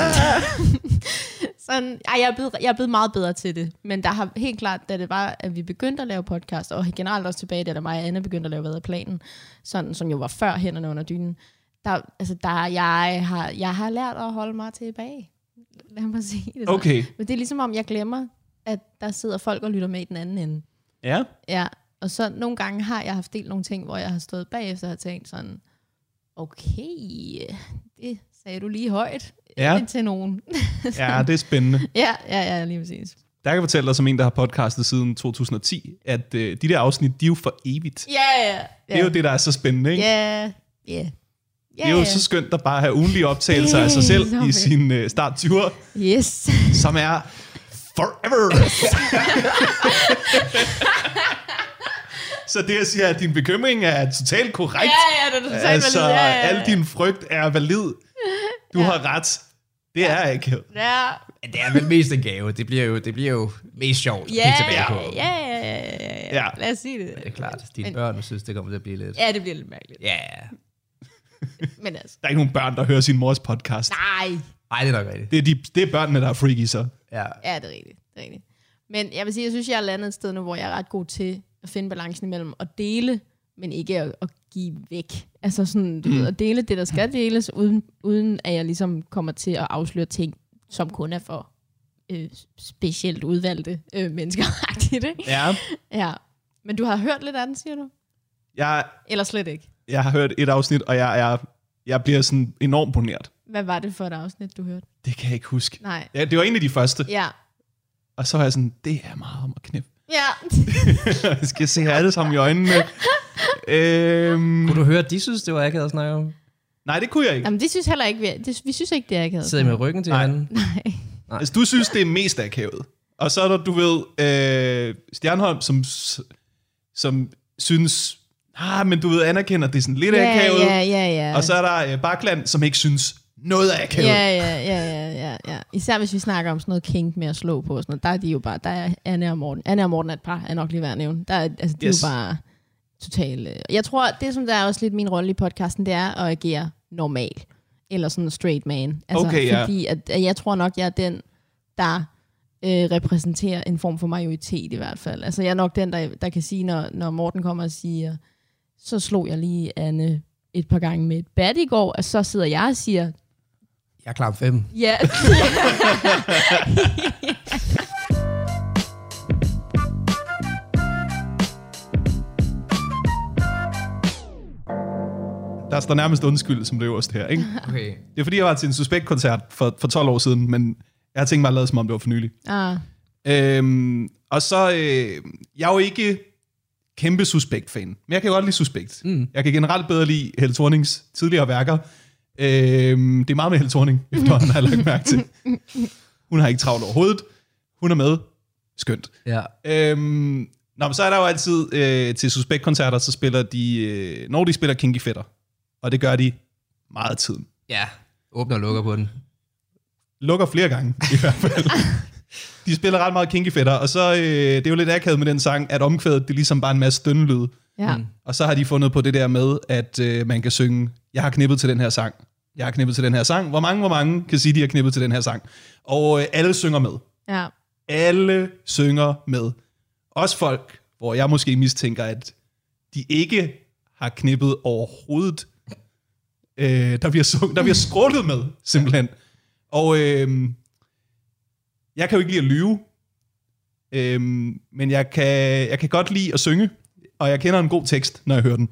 S4: sådan, ej, jeg, er blevet, jeg er blevet meget bedre til det. Men der har helt klart, da det var, at vi begyndte at lave podcast, og generelt også tilbage, da der mig og Anna begyndte at lave Hvad er planen, sådan, som jo var før hænderne under dynen, der, altså, der, jeg, har, jeg har lært at holde mig tilbage. Lad mig sige det sådan.
S1: Okay.
S4: Men det er ligesom om, jeg glemmer, at der sidder folk og lytter med i den anden ende.
S1: Ja.
S4: Ja, og så nogle gange har jeg haft delt nogle ting, hvor jeg har stået bagefter og har tænkt sådan, okay, det sagde du lige højt
S1: Ja.
S4: til nogen.
S1: ja, det er spændende.
S4: ja, ja, ja, lige præcis.
S1: Der kan jeg fortælle dig som en, der har podcastet siden 2010, at øh, de der afsnit, de er jo for evigt.
S4: Ja, ja, ja.
S1: Det er jo det, der er så spændende, ikke?
S4: Ja, ja.
S1: Det er jo så skønt at bare have ugenlige optagelser af sig
S4: Det er
S1: selv
S4: så
S1: i
S4: fedt.
S1: sin øh, start 20'er,
S4: Yes.
S1: som er forever. så det, jeg siger, at din bekymring er totalt korrekt.
S4: ja, ja, det er totalt
S1: altså,
S4: valid. Ja, ja, ja.
S1: al din frygt er valid. Du har ret. Det er ikke.
S4: Ja,
S3: Men det er vel mest en gave. Det bliver jo, det bliver jo mest sjovt.
S4: ja,
S3: kigge tilbage på.
S4: ja, ja, ja, ja, ja.
S1: Ja.
S4: Lad os sige det.
S3: Det er klart. Dine
S4: Men-
S3: børn synes, det kommer til at blive lidt...
S4: Ja, det bliver lidt mærkeligt.
S3: Ja. Yeah.
S4: Men altså,
S1: Der er ikke nogen børn, der hører sin mors podcast.
S4: nej.
S3: Ej, det er nok rigtigt.
S1: Det er, de, det er børnene, der er freaky, så.
S3: Ja.
S4: Ja, det er rigtigt. Det er rigtigt. Men jeg vil sige, jeg synes, jeg er landet et sted nu, hvor jeg er ret god til at finde balancen imellem at dele, men ikke at, at give væk. Altså sådan, du mm. ved, at dele det, der skal deles, uden, uden at jeg ligesom kommer til at afsløre ting, som kun er for øh, specielt udvalgte øh, mennesker. Ikke?
S1: Ja.
S4: Ja. Men du har hørt lidt af den, siger du?
S1: Jeg,
S4: Eller slet ikke?
S1: jeg har hørt et afsnit, og jeg, jeg, jeg bliver sådan enormt poneret.
S4: Hvad var det for et afsnit, du hørte?
S1: Det kan jeg ikke huske.
S4: Nej.
S1: Ja, det var en af de første.
S4: Ja.
S1: Og så var jeg sådan, det er meget om at knippe.
S4: Ja.
S1: Jeg skal se jer alle sammen i øjnene. øhm,
S3: Kunne du høre, at de synes, det var akavet at snakke om?
S1: Nej, det kunne jeg ikke.
S4: Jamen, det synes heller ikke, vi, det, vi synes ikke, det er akavet.
S3: Sidder I med ryggen til
S1: Nej.
S3: hinanden? Nej.
S1: Altså, du synes, det er mest akavet. Og så er der, du ved, øh, Stjernholm, som, s- som synes, ah, men du ved, anerkender, det er sådan lidt
S4: ja,
S1: akavet.
S4: ja, ja, ja.
S1: Og så er der øh, Bakland, som ikke synes noget er akavet.
S4: Ja, ja, ja, ja, ja, ja. Især hvis vi snakker om sådan noget kink med at slå på og sådan noget. Der er de jo bare, der er Anna og Morten. Anna og Morten er et par, er nok lige værd at nævne. Der er, altså, de
S1: Yes.
S4: yes. er jo bare totalt... Øh. Jeg tror, det som der er også lidt min rolle i podcasten, det er at agere normal. Eller sådan en straight man. Altså,
S1: Okay, ja.
S4: Fordi at, at jeg tror nok, jeg er den, der øh, repræsenterer en form for majoritet i hvert fald. Altså jeg er nok den, der, der kan sige, når, når Morten kommer og siger, så slog jeg lige Anne et par gange med et bat i går, og så sidder jeg og siger,
S3: Jeg er klar på fem.
S4: Ja.
S1: Der står nærmest undskyld som det øverste her, ikke?
S3: Okay.
S1: Det er fordi, jeg var til en suspektkoncert for, for 12 år siden, men jeg har tænkt mig at lade, som om det var for nylig.
S4: ah,
S1: Øhm, og så, øh, jeg er jo ikke kæmpe suspekt-fan, men jeg kan godt lide suspekt. Mm. Jeg kan generelt bedre lide Helle Thornings tidligere værker. Øhm, det er meget med Helle Thorning, efterhånden har jeg lagt mærke til. Hun har ikke travlt overhovedet. Hun er med. Skønt.
S3: Ja.
S1: Øhm, nå, men så er der jo altid øh, til suspektkoncerter, så spiller de, øh, når de spiller Kinky Fætter, og det gør de meget af tiden.
S3: Ja. Åbner og lukker på den.
S1: Lukker flere gange, i hvert fætter. De spiller ret meget kinky fætter, og så øh, det er jo lidt akavet med den sang, at omkvædet det er ligesom bare en masse stønnelyd.
S4: ja.
S1: Og så har de fundet på det der med, at øh, man kan synge, jeg har knippet til den her sang. Jeg har knippet til den her sang. Hvor mange, hvor mange kan sige, de har knippet til den her sang? Og øh, alle synger med.
S4: ja.
S1: Alle synger med. Også folk, hvor jeg måske mistænker, at de ikke har knippet overhovedet. Øh, der, bliver sung, der bliver skrullet med, simpelthen. Og øh, jeg kan jo ikke lide at lyve, øh, men jeg kan, jeg kan godt lide at synge, og jeg kender en god tekst, når jeg hører den.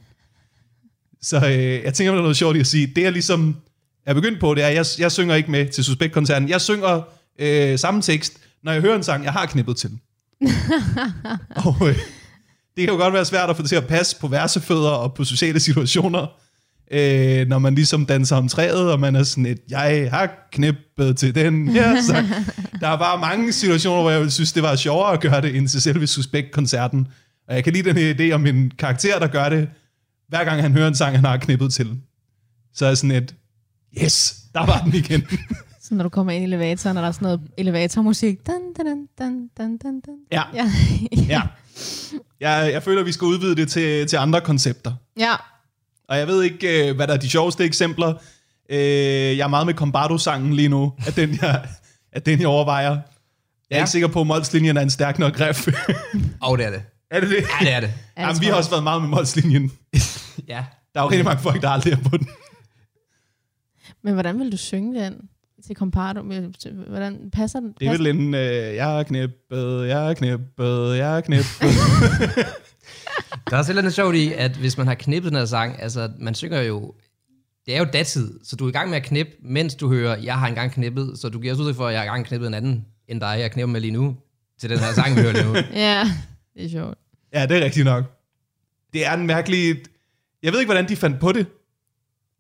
S1: Så øh, jeg tænker, at der er noget sjovt i at sige. Det jeg ligesom er begyndt på, det er, at jeg, jeg synger ikke med til Suspekt-koncerten. Jeg synger øh, samme tekst, når jeg hører en sang, jeg har knippet til. og øh, det kan jo godt være svært at få det til at passe på værsefødder og på sociale situationer, øh, når man ligesom danser om træet, og man er sådan et, jeg har knippet til den her sang. Der er bare mange situationer, hvor jeg ville synes, det var sjovere at gøre det, end til selve Suspekt-koncerten. Og jeg kan lide den her idé om en karakter, der gør det, hver gang han hører en sang, han har knippet til. Så er jeg sådan et, yes, der var den igen.
S4: Så når du kommer ind i elevatoren, og der er sådan noget elevatormusik. Dun, dun, dun, dun, dun, dun, dun.
S1: ja,
S4: Ja.
S1: ja. Jeg, jeg føler, vi skal udvide det til, til andre koncepter.
S4: ja.
S1: Og jeg ved ikke, øh, hvad der er de sjoveste eksempler. Øh, Jeg er meget med Combardo-sangen lige nu, at den jeg, at den jeg overvejer. Jeg er ja.
S3: Ja.
S1: ikke sikker på, om Molslinjen er en stærk nok ref.
S3: Og det er det.
S1: er det det?
S3: Ja, det er det.
S1: Jamen, vi har også været meget med Molslinjen.
S3: Ja.
S1: Der er jo rigtig mange folk, der aldrig er på den.
S4: Men hvordan vil du synge den til Compardo? Hvordan passer den?
S1: Det er
S4: passer-
S1: vel en, øh, jeg har knippet, jeg har knippet, jeg har knippet.
S3: Der er også et eller andet sjovt i, at hvis man har knippet den her sang, altså man synger jo, det er jo datid, så du er i gang med at knippe, mens du hører, jeg har engang knippet, så du giver også udtryk for, at jeg har engang knippet en anden end dig, jeg knipper med lige nu, til den her sang, vi hører lige nu.
S4: Ja, det er sjovt.
S1: Ja, det er rigtigt nok. Det er en mærkelig... Jeg ved ikke, hvordan de fandt på det.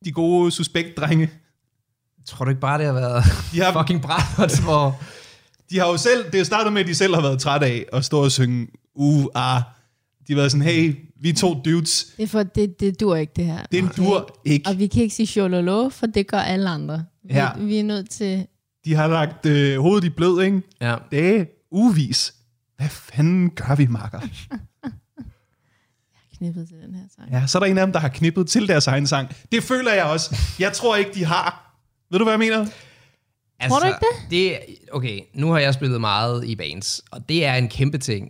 S1: De gode suspektdrenge.
S3: Tror du ikke bare, det har været
S1: De har,
S3: fucking brændert, hvor...
S1: de har jo selv... Det er startet med, at de selv har været trætte af at stå og synge uh, ah. De har været sådan, hey, vi er to dudes.
S4: Det, er for, det, det dur ikke, det her.
S1: Den dur ikke.
S4: Og vi kan ikke sige shololo, for det gør alle andre. Vi,
S1: Ja.
S4: vi er nødt til...
S1: De har lagt øh, hovedet i blød, ikke?
S3: Ja.
S1: Det er uvis. Hvad fanden gør vi, Marker?
S4: Knippet til den her sang.
S1: Ja, så er der en af dem, der har knippet til deres egen sang. Det føler jeg også. Jeg tror ikke, de har. Ved du, hvad jeg mener?
S3: Altså,
S4: du ikke
S3: det? det? Okay, nu har jeg spillet meget i bands, og det er en kæmpe ting.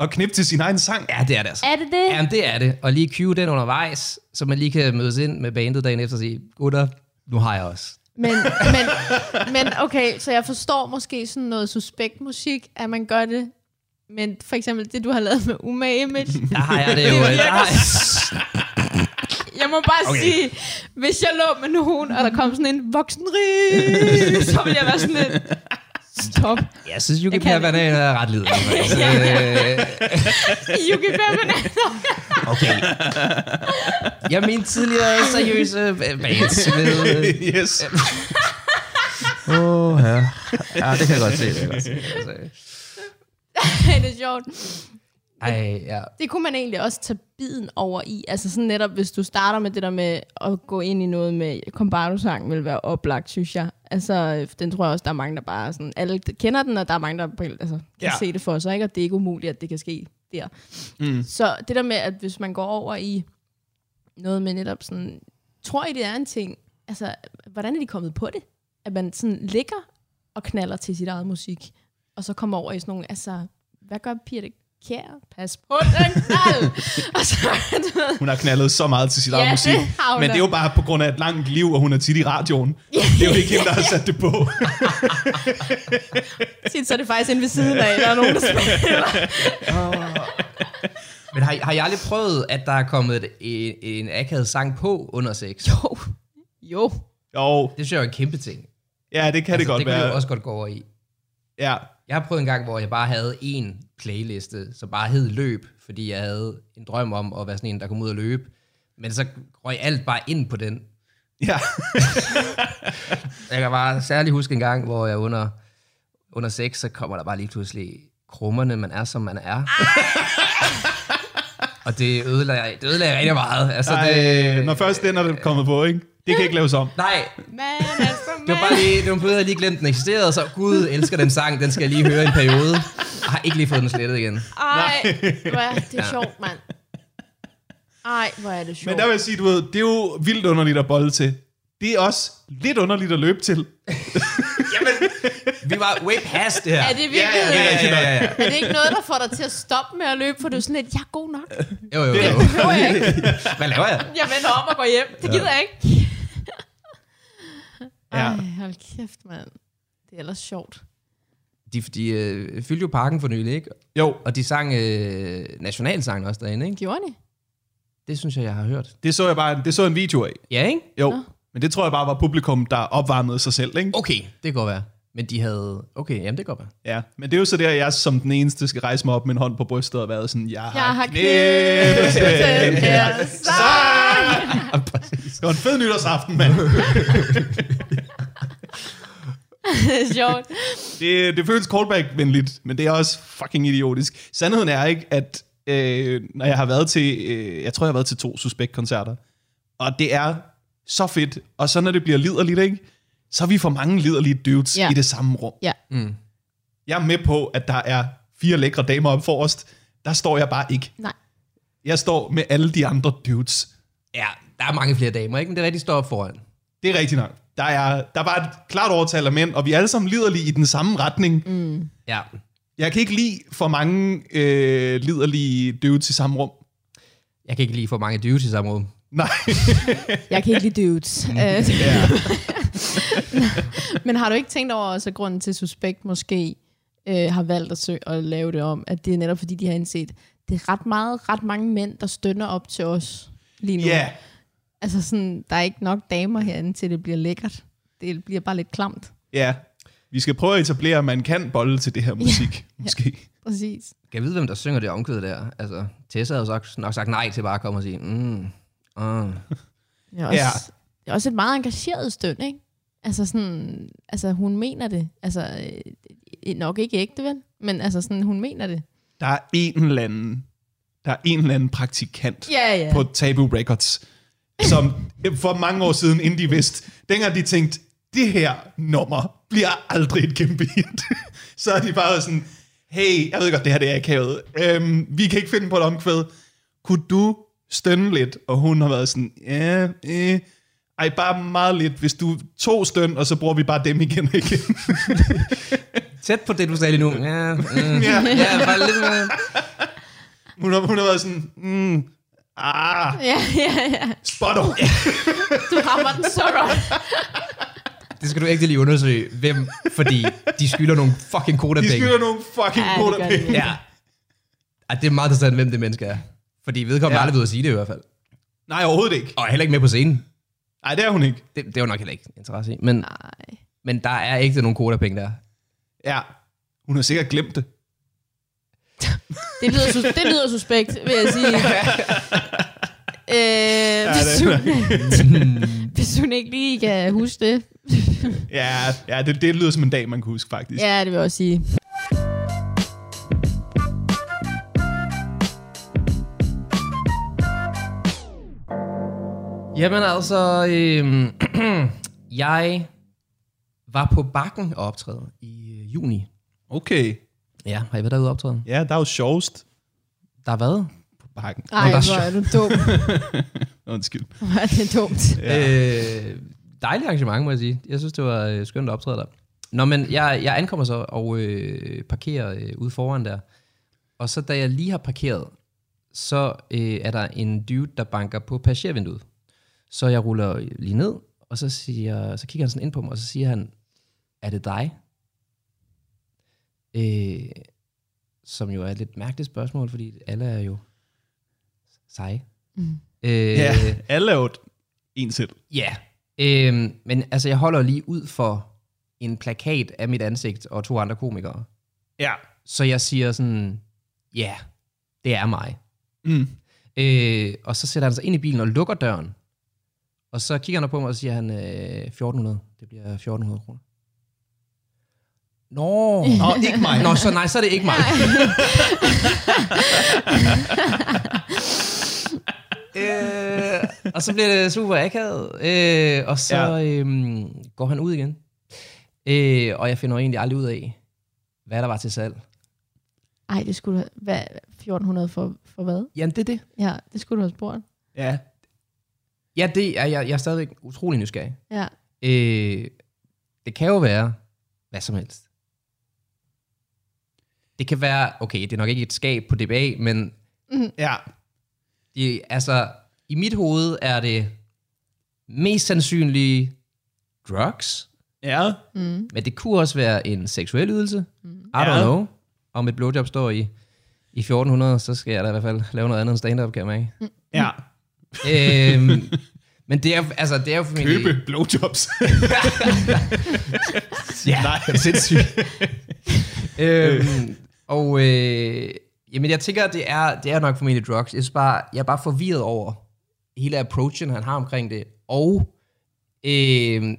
S1: At knippe til sin egen sang.
S3: Ja, det er det altså.
S4: Er det det?
S3: Jamen, det er det. Og lige cue den undervejs, så man lige kan mødes ind med bandet dagen efter og sige, gutter, nu har jeg også.
S4: Men, men, men okay, så jeg forstår måske sådan noget suspekt musik, at man gør det. Men for eksempel det, du har lavet med Uma Image.
S3: Der har jeg det jo.
S4: Det
S3: Der
S4: virker
S3: har jeg...
S4: Jeg må bare okay. sige, hvis jeg lå med nogen, og der kom sådan en voksenrig, så ville jeg være sådan lidt, stop.
S3: Jeg synes, Yuki
S4: Det kan
S3: Per
S4: vi.
S3: Banan er ret lidt.
S4: Yuki Banan.
S3: Okay. Jeg mente tidligere seriøse øh, bands med... øh,
S1: yes.
S3: Åh, ja. ja. det kan jeg godt se. Det kan jeg godt se. Altså,
S4: det er sjovt.
S3: ej, ja.
S4: Det kunne man egentlig også tage biden over i. Altså sådan netop, hvis du starter med det der med at gå ind i noget med Combardo-sang, vil være oplagt, synes jeg. Altså, øh, den tror jeg også, der er mange, der bare er sådan... Alle kender den, og der er mange, der på- altså, kan
S1: Ja.
S4: ja. se det for sig, ikke? Og det er ikke umuligt, at det kan ske der. Mm. Så det der med, at hvis man går over i noget med netop sådan... Tror I, det er en ting? Altså, hvordan er de kommet på det? At man sådan ligger og knaller til sit eget musik, og så kommer over i sådan nogle... Altså, hvad gør Pia det? Kær, pas på den knald! og så, du ved,
S1: Hun har knaldet så meget til sit eget
S4: Ja,
S1: musik.
S4: det har hun
S1: Men det er jo bare på grund af et langt liv, og hun er tit i radioen. Det er jo ikke hende, der har sat det på.
S4: tit så er det faktisk inde ved siden af, der er nogen, der spiller.
S3: Men har, I- har jeg aldrig prøvet, at der er kommet et- en, en akavet sang på under sex? Jo.
S4: Jo,
S1: Jo,
S3: Det synes jeg er en kæmpe ting. Kan
S1: ja, det kan altså, det godt
S3: det kan
S1: være.
S3: vi jo også godt gå over i.
S1: Ja,
S3: Jeg har prøvet en gang, hvor jeg bare havde en playliste, som bare hed Løb, fordi jeg havde en drøm om at være sådan en, der kom ud og løbe. Men så røg alt bare ind på den.
S1: ja.
S3: Jeg kan bare særlig huske en gang, hvor jeg under, under sex, så kommer der bare lige pludselig krummerne, man er, som man er. og det ødelagde, det ødelagde rigtig meget. Altså,
S1: Ej,
S3: det,
S1: når først den er kommet på, ikke? Det kan ikke laves om.
S3: nej,
S4: man er så
S3: Det var bare lige, det var en periode, jeg lige glemte, den eksisterede, så gud, elsker den sang, den skal jeg lige høre i en periode. Jeg har ikke lige fået den slettet igen.
S4: Ej, hvor er det sjovt, mand. Ej, hvor er det sjovt.
S1: Men der vil jeg sige, du ved, det er jo vildt underligt at bolle til. Det er også lidt underligt at løbe til.
S3: Vi var way past det her.
S4: Er det virkelig?
S3: Ja, ja, ja, ja, ja.
S4: Er det ikke noget, der får dig til at stoppe med at løbe, for du er sådan lidt, jeg er god nok.
S3: Jo, jo, jo.
S4: Jo, jeg, ikke.
S3: Hvad laver jeg?
S4: jeg vender om og går hjem. Det gider jeg ikke.
S1: Ja.
S4: Ej, hold kæft, mand. Det er ellers sjovt.
S3: De, de øh, fyldte jo parken for nylig, ikke?
S1: Jo,
S3: Og de sang øh, nationalsangen også derinde, ikke?
S4: Gjorde det?
S3: Det synes jeg, jeg har hørt.
S1: det så jeg bare det så jeg en video af.
S3: Ja, ikke?
S1: Jo, men det tror jeg bare var publikum, der opvarmede sig selv, ikke?
S3: Okay, det kan godt være. Men de havde... Okay, jamen det kan godt være.
S1: Ja, men det er jo så der, jeg som den eneste skal rejse mig op med en hånd på brystet og være sådan, jeg har,
S4: Jeg har
S1: knæ-
S4: knæbet den her sang.
S1: Det var en fed nytårsaften, mand.
S4: Det er sjovt.
S1: Det, det føles callback-venligt, men det er også fucking idiotisk. Sandheden er ikke, at øh, når jeg har været til, øh, jeg tror, jeg har været til to Suspekt-koncerter, og det er så fedt, og så når det bliver liderligt, ikke? så er vi for mange liderlige dudes
S4: Ja.
S1: i det samme rum.
S4: Ja.
S3: Mm.
S1: Jeg er med på, at der er fire lækre damer op forrest. Der står jeg bare ikke.
S4: Nej.
S1: Jeg står med alle de andre dudes.
S3: Ja, der er mange flere damer, ikke? Men det er rigtigt, de står op foran.
S1: Det er rigtigt nok. Der er, der var et klart overtal af mænd, og vi er alle sammen liderlige i den samme retning. Mm.
S3: Ja.
S1: Jeg kan ikke lide for mange øh, liderlige dudes i samme rum.
S3: Jeg kan ikke lige få mange dudes i samme rum.
S1: Nej,
S4: Jeg kan ikke lide dudes. Øh. Men har du ikke tænkt over også, at grunden til at Suspekt måske øh, har valgt at, søge, at lave det om, at det er netop fordi, de har indset, det er ret meget, ret mange mænd, der stønner op til os lige nu.
S1: ja. Yeah.
S4: Altså sådan, der er ikke nok damer herinde, til det bliver lækkert. Det bliver bare lidt klamt.
S1: Ja. Vi skal prøve at etablere, at man kan bolle til det her musik, ja. måske.
S4: Præcis.
S3: Kan jeg vide, hvem der synger det omkvæd der? Altså, Tessa havde sagt, nok sagt nej til bare at komme og sige, mm, uh.
S4: Det er
S1: Ja.
S4: også, ja. det er også et meget engageret støn, ikke? Altså sådan, altså hun mener det. Altså øh, nok ikke ægte, vel? Men altså sådan, hun mener det.
S1: Der er en eller anden, der er en eller anden praktikant
S4: Ja, ja.
S1: på Tabu Records, som for mange år siden, inden de vidste, dengang de tænkte, det her nummer bliver aldrig et kæmpe hit. Så er de bare sådan, hey, jeg ved godt, det her det er akavet. Øhm, vi kan ikke finde på et omkvæd. Kunne du stønne lidt? Og hun har været sådan, ja, øh, ej, bare meget lidt. Hvis du to støn, og så bruger vi bare dem igen og igen.
S3: Tæt på det, du sagde lige nu. Ja, uh. ja. ja bare lidt øh. mere.
S1: Hun har, hun har været sådan, mm, ah,
S4: Ja, ja, ja.
S1: spot on.
S4: Du rammer den så godt.
S3: Det skal du ikke lige undersøge, hvem, fordi de skylder nogle fucking
S1: De
S3: kodapenge.
S1: skylder nogle fucking
S4: Ja, det
S1: gode
S4: gør de
S1: penge.
S4: virkelig.
S3: Ja. Ej, det er meget interessant, hvem det menneske er. Fordi vedkommende
S1: Ja.
S3: ja. aldrig ved at sige det i hvert fald.
S1: Nej, overhovedet ikke.
S3: Og er heller ikke med på scenen.
S1: Nej, det er hun ikke.
S3: Det, det var nok heller ikke interesse i. Men,
S4: Nej.
S3: men der er ikke nogen kodapenge der.
S1: Ja, hun har sikkert glemt det.
S4: Det lyder, sus- det lyder suspekt, vil jeg sige. øh, hvis, hun, hvis hun ikke lige kan huske det.
S1: Ja, ja det, det lyder som en dag, man kan huske, faktisk.
S4: Ja, det vil jeg også sige.
S3: Jamen altså, øhm, jeg var på bakken og optræde i øh, juni.
S1: Okay.
S3: Ja, har I været derude og optræde?
S1: Ja, der er jo sjovest
S3: Der har været.
S1: på bakken.
S4: Ej,
S3: der er
S4: hvor er du dum.
S1: Undskyld.
S4: Hvor er det dumt.
S3: Ja. Øh, dejligt arrangement, må jeg sige. Jeg synes, det var øh, skønt at optræde der. Nå, men jeg, jeg ankommer så og øh, parkerer øh, ude foran der. Og så da jeg lige har parkeret, så øh, er der en dude, der banker på passagervinduet. Så jeg ruller lige ned, og så, siger, så kigger han sådan ind på mig, og så siger han, er det dig? Øh, som jo er et lidt mærkeligt spørgsmål, fordi alle er jo seje. Mm. Øh,
S1: Ja, alle er jo et- en selv.
S3: Ja, øhm, men altså jeg holder lige ud for en plakat af mit ansigt og to andre komikere.
S1: Ja.
S3: Så jeg siger sådan, ja, yeah, det er mig.
S1: Mm.
S3: Øh, og så sætter han sig ind i bilen og lukker døren. Og så kigger han op på mig og siger han, øh, 1400, det bliver 1400 kroner. Nå,
S1: Nå, ikke mig.
S3: Nå, så nej, så er det ikke mig. øh, og så bliver det super akavet, øh, og så
S1: Ja.
S3: ja. øhm, går han ud igen. Øh, og jeg finder egentlig aldrig ud af, hvad der var til salg.
S4: Ej, det skulle du have... Hvad, 1400 for, for hvad?
S3: Jamen, det er det.
S4: Ja, det skulle du have spurgt.
S1: Ja.
S3: Ja, det er jeg, jeg er stadigvæk utrolig nysgerrig.
S4: Ja.
S3: Øh, det kan jo være hvad som helst. Det kan være, okay, det er nok ikke et skab på DBA, men
S1: Ja.
S3: Det, altså, i mit hoved er det mest sandsynlige drugs,
S1: Ja.
S4: Mm.
S3: men det kunne også være en seksuel ydelse. I
S1: Ja.
S3: don't know. Om et blowjob står i, i 1400, så skal jeg da i hvert fald lave noget andet end stand-up, kan jeg mærke.
S1: Ja.
S3: øhm, men det er, altså, det er jo formentlig...
S1: Købe blowjobs.
S3: Ja.
S1: Nej, det er sindssygt.
S3: Øhm, og øh, jamen, jeg tænker, at det er, det er nok formentlig drugs. Jeg, synes bare, jeg er bare forvirret over hele approachen, han har omkring det. Og øh,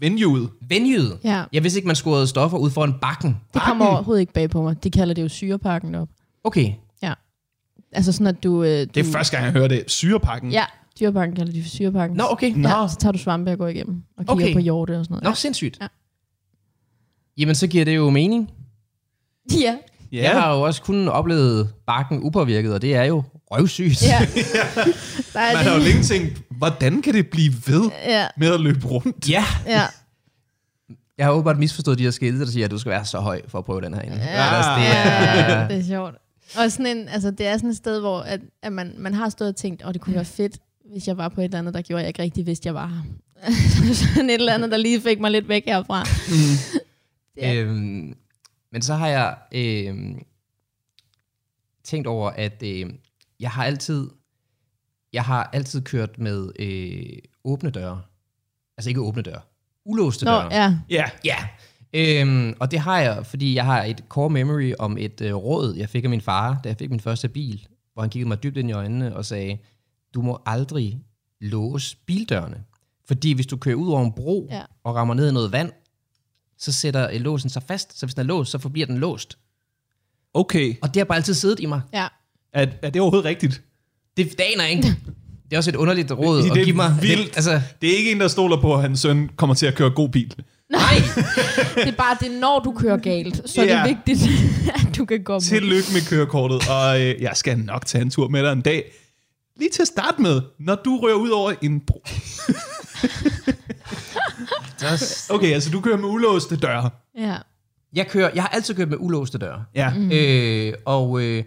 S1: Venueet.
S3: venueet.
S4: Ja.
S3: Jeg vidste ikke, man scorede stoffer ud foran bakken.
S4: Det kommer overhovedet ikke bag på mig. De kalder det jo syrepakken op.
S3: Okay.
S4: Altså sådan, at du... Øh,
S1: Det
S4: du
S1: er første gang, jeg hører det. Syrepakken.
S4: Ja, dyrepakken kalder de for syrepakken.
S3: Nå, okay.
S1: Mm. Nå.
S4: Ja, så tager du svampe og går igennem og kigger
S3: Okay.
S4: okay. på hjorte og sådan noget.
S3: Nå, sindssygt.
S4: Ja.
S3: Jamen, så giver det jo mening.
S4: Ja.
S1: Ja.
S3: Jeg har jo også kun oplevet bakken upåvirket, og det er jo røvsygt.
S4: ja. Der er
S1: Man har jo
S4: lige-
S1: længe tænkt, hvordan kan det blive ved
S4: Ja,
S1: med at løbe rundt?
S3: ja.
S4: ja.
S3: Jeg har åbenbart misforstået de her skilte, der siger, at du skal være så høj for at prøve den her inde.
S4: Ja,
S3: det
S4: ja,
S3: er...
S4: det er sjovt. Og sådan en, altså, det er sådan et sted, hvor at, at man, man har stået og tænkt, at oh, det kunne være fedt, hvis jeg var på et eller andet, der gjorde, at jeg ikke rigtig vidste, jeg var her. sådan et eller andet, der lige fik mig lidt væk herfra. Ja.
S3: Øhm, men så har jeg øhm, tænkt over, at øhm, jeg har altid jeg har altid kørt med øh, åbne døre. Altså ikke åbne døre. Ulåste
S4: Nå,
S3: døre.
S4: ja.
S1: Ja.
S3: Ja. Øhm, og det har jeg, fordi jeg har et core memory om et øh, råd, jeg fik af min far, da jeg fik min første bil, hvor han kiggede mig dybt ind i øjnene og sagde, du må aldrig låse bildørene. Fordi hvis du kører ud over en bro
S4: Ja.
S3: ja. og rammer ned i noget vand, så sætter øh, låsen sig fast. Så hvis den er låst, så forbliver den låst.
S1: Okay.
S3: Og det har bare altid siddet i mig.
S4: ja.
S1: Er, er det overhovedet rigtigt?
S3: Det daner jeg ikke. Det er også et underligt råd
S1: Det-
S3: at
S1: det er
S3: give mig.
S1: vildt.
S3: Det, altså,
S1: Det er ikke en, der stoler på, at hans søn kommer til at køre god bil.
S3: nej,
S4: Det er bare, det er, når du kører galt, så er det
S1: Ja.
S4: vigtigt, at du kan gå med.
S1: Tillykke med kørekortet, og øh, jeg skal nok tage en tur med dig en dag. Lige til at starte med, når du rører ud over en bro.
S3: Der-
S1: Okay, altså du kører med ulåste døre.
S4: Ja.
S3: jeg, kører, jeg har altid kørt med ulåste døre.
S1: Ja. Mm.
S3: Øh, og øh,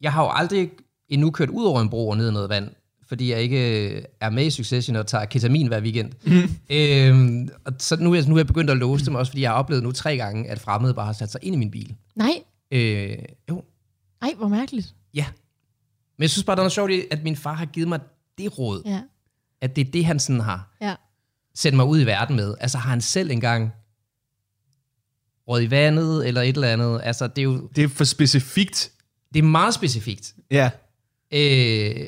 S3: jeg har jo aldrig endnu kørt ud over en bro og ned i noget vand, fordi jeg ikke øh, er med i Succession og tager ketamin hver weekend. Mm. Øh, og så nu, er jeg- nu er jeg begyndt at låse dem, også fordi jeg har oplevet nu tre gange, at fremmede bare har sat sig ind i min bil.
S4: Nej,
S3: Øh, jo,
S4: ej, hvor mærkeligt.
S3: ja. Men jeg synes bare, det er noget sjovt, i, at min far har givet mig det råd, ja.
S4: Ja,
S3: at det er det, han sådan har
S4: ja.
S3: sendt mig ud i verden med. Altså har han selv engang rød i vandet, eller et eller andet. Altså, det er jo
S1: Det er for specifikt.
S3: det er meget specifikt.
S1: Ja.
S3: Øh,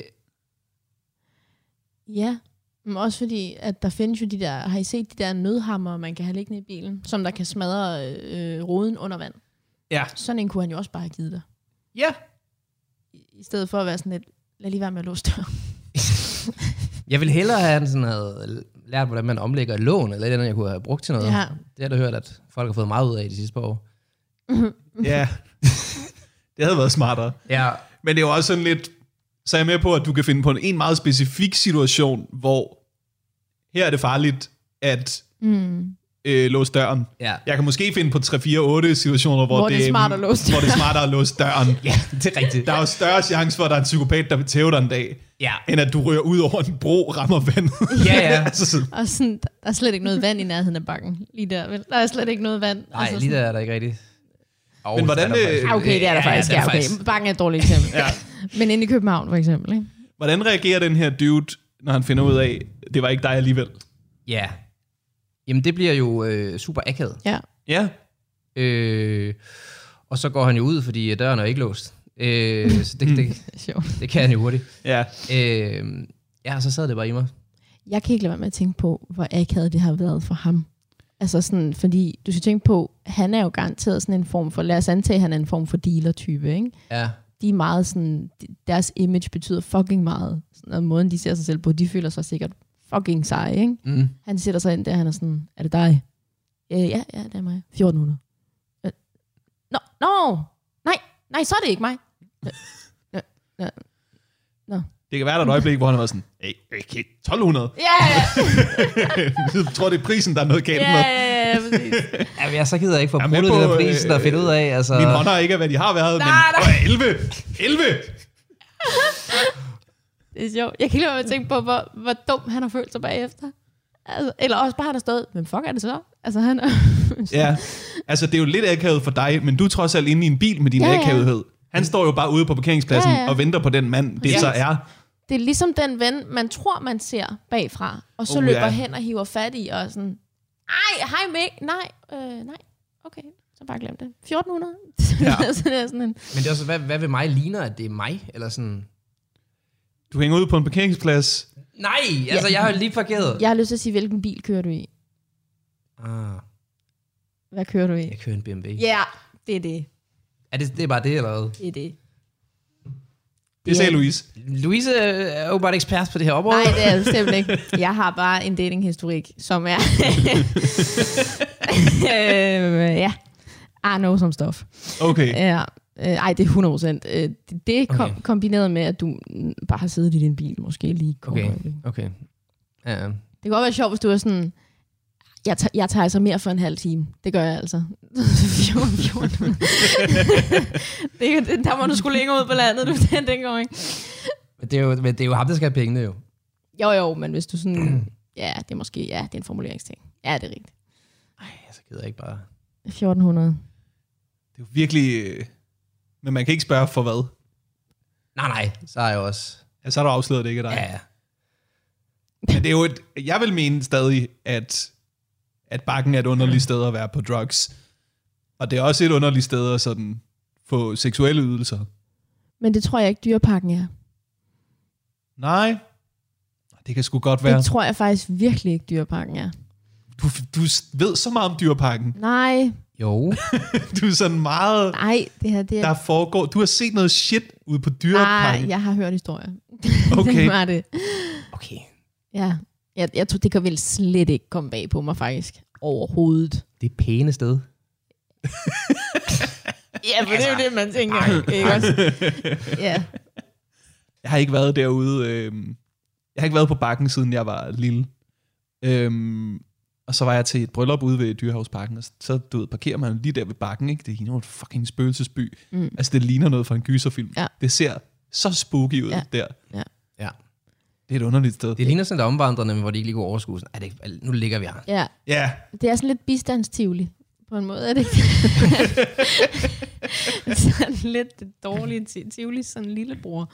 S4: Ja, men også fordi, at der findes jo de der, har I set de der nødhammer, man kan have liggende i bilen, som der kan smadre øh, ruden under vand?
S1: Ja.
S4: Sådan en kunne han jo også bare have givet dig.
S3: ja.
S4: I- I stedet for at være sådan lidt, lad lige være med at låse døren.
S3: Jeg ville hellere have, at han sådan havde lært, hvordan man omlægger et lån, eller et eller andet, jeg kunne have brugt til noget.
S4: Ja.
S3: Det har jeg da hørt, at folk har fået meget ud af i de sidste par år.
S1: Ja. det havde været smartere.
S3: Ja,
S1: Men det er jo også sådan lidt, så er jeg med på, at du kan finde på en, en meget specifik situation, hvor her er det farligt at
S4: Mm.
S1: øh, låse døren.
S3: ja.
S1: Jeg kan måske finde på 3-4-8 situationer, hvor,
S4: Hvor det er smart at låse
S1: hvor det er smartere at låse døren.
S3: ja det er rigtigt.
S1: Der er jo større chance for, at der er en psykopat, der vil tæve dig en dag,
S3: Ja.
S1: end at du rører ud over en bro, rammer vandet.
S3: Ja, ja.
S1: altså sådan,
S4: Og sådan, der er slet ikke noget vand i nærheden af bakken. Lige der, vel? Der er slet ikke noget vand. Altså
S3: Nej, lige der er der ikke rigtigt. Oh,
S1: Men hvordan, øh,
S4: Ah, okay, det er der faktisk. Ja, okay. Bakken er et dårligt eksempel.
S1: Ja.
S4: Men inde i København, for eksempel. Ikke?
S1: hvordan reagerer den her dude, når han finder ud af, det var ikke dig alligevel?
S3: Ja. Jamen, det bliver jo øh, super akavet.
S4: Ja.
S1: Ja,
S3: Øh, og så går han jo ud, fordi øh, døren er ikke låst. Øh, så det, det,
S4: Sjovt.
S3: det kan han jo hurtigt.
S1: ja.
S3: Øh, ja, og så sad det bare i mig.
S4: Jeg kan ikke lade være med at tænke på, hvor akavet det har været for ham. Altså sådan, fordi du skal tænke på, han er jo garanteret sådan en form for, lad os antage, at han er en form for dealer-type, ikke?
S3: Ja.
S4: De er meget sådan, deres image betyder fucking meget. Sådan, og måden, de ser sig selv på, de føler sig sikkert fucking seje, ikke?
S3: Mm.
S4: Han sætter sig ind der, han er sådan, er det dig? Øh, ja, ja, det er mig. 1400. Øh, nå, nå, nej, nej, så er det ikke mig.
S1: Det kan være, der er et øjeblik, hvor han var sådan, hey, okay, 1200.
S4: Ja, ja,
S1: Jeg tror, det er prisen, der er noget galt med.
S4: ja, ja, præcis.
S3: Jamen, jeg så gider jeg ikke få
S1: Jeg er
S3: brugt
S1: med
S3: det
S1: på,
S3: der pris, der
S1: øh,
S3: finder ud af. Altså,
S1: Mine hånder er ikke af, hvad de har været, men
S4: Nej,
S1: Åh,
S4: nej.
S1: 11! 11!
S4: Det er sjovt. Jeg kan ikke lade være med at tænke på, hvor, hvor dum han har følt sig bagefter. Altså, eller også bare, han har stået, men fuck er det så? Altså, han er...
S1: Ja, altså det er jo lidt akavet for dig, men du er trods alt inde i en bil med din
S4: Ja,
S1: ja,
S4: ja.
S1: akavethed. Han står jo bare ude på parkeringspladsen
S4: Ja,
S1: ja,
S4: ja.
S1: ja. og venter på den mand, det
S4: Præcis.
S1: så er.
S4: det er ligesom den ven, man tror, man ser bagfra, og så
S1: Uh,
S4: oh, løber
S1: ja.
S4: hen og hiver fat i, og sådan, ej, hej Mik, nej, øh, nej, okay, så bare glem det. 1400? Ja.
S1: Ja.
S4: så det er sådan en,
S3: men det er også, hvad, hvad ved mig ligner, at det er mig? Eller sådan...
S1: Du hænger ude på en parkeringsplads.
S3: Nej, altså, ja. jeg har jo lige parkeret.
S4: jeg har lyst til at sige, hvilken bil kører du i?
S3: Ah,
S4: Hvad kører du i?
S3: jeg kører en BMW.
S4: Ja, yeah, det er det,
S3: Er det, det er bare det, eller hvad?
S4: det er det.
S1: Det sagde Louise.
S3: Louise er jo bare ekspert på det her område.
S4: Nej, det er det simpelthen ikke. Jeg har bare en datinghistorik, som er... øh, ja. Arno som stof.
S1: Okay.
S4: Ja. Øh, Ej, det er 100 procent. Øh, Det kom,
S3: Okay.
S4: okay. kombineret med, at du mm, bare har siddet i din bil, måske lige et kort
S3: Okay.
S4: øjeblik.
S3: Okay. Ja, ja.
S4: Det kan godt være sjovt, hvis du er sådan, jeg, tager, jeg tager altså mere for en halv time. Det gør jeg altså. 14, 14. det, er- det- der må du skulle længere ud på landet, du den, den går, ikke?
S3: Men det, er jo, men det er jo ham, der skal have pengene jo.
S4: Jo, jo, men hvis du
S3: Mm.
S4: sådan, ja, det er måske, ja, det er en formuleringsting. Ja, det er rigtigt.
S3: Ej, så gider jeg ikke bare...
S4: 1400.
S1: Det er jo virkelig... øh, Men man kan ikke spørge for hvad.
S3: Nej, nej, så er jeg også...
S1: Ja, så har du afsløret det ikke af dig.
S3: Ja, ja.
S1: Men det er jo et, jeg vil mene stadig, at, at bakken er et underligt
S4: Mm.
S1: sted at være på drugs. Og det er også et underligt sted at sådan få seksuelle ydelser.
S4: Men det tror jeg ikke, dyrepakken er.
S1: Nej, det kan sgu godt
S4: Det
S1: være.
S4: tror jeg faktisk virkelig ikke, dyrepakken er.
S1: Du, du ved så meget om dyreparken.
S4: Nej,
S3: Jo.
S1: Du er sådan meget,
S4: nej, det her, det er...
S1: der foregår. Du har set noget shit ude på dyreparken.
S4: Ah, jeg har hørt historier.
S1: Okay.
S4: det var det.
S3: Okay.
S4: Ja. Jeg, jeg tror, det kan vel slet ikke komme bag på mig, faktisk. Overhovedet.
S3: Det er pæne sted.
S4: Ja, for
S1: Altså,
S4: det er jo det, man tænker. Ikke også? Ja.
S1: Jeg har ikke været derude. Øh, jeg har ikke været på bakken, siden jeg var lille. Øhm, og så var jeg til et bryllup ude ved Dyrehavsparken, og så du ved, parkerer man lige der ved bakken. Ikke? Det ligner jo et fucking spøgelsesby.
S4: Mm.
S1: Mm. Altså, det ligner noget fra en gyserfilm.
S4: Ja.
S1: Det ser så spooky ud
S4: Ja.
S1: ja. der.
S3: Ja.
S1: Det er et underligt sskue.
S3: Det ligner sådan et omvandrende, men hvor de ikke lige kunne overskue. Sådan, "Ej, det, er- nu ligger vi her.
S4: ja.
S1: Ja,
S4: Det er sådan lidt bistandstivlig, på en måde, er det ikke? sådan lidt det dårlige ti- tivoli, sådan en lillebror.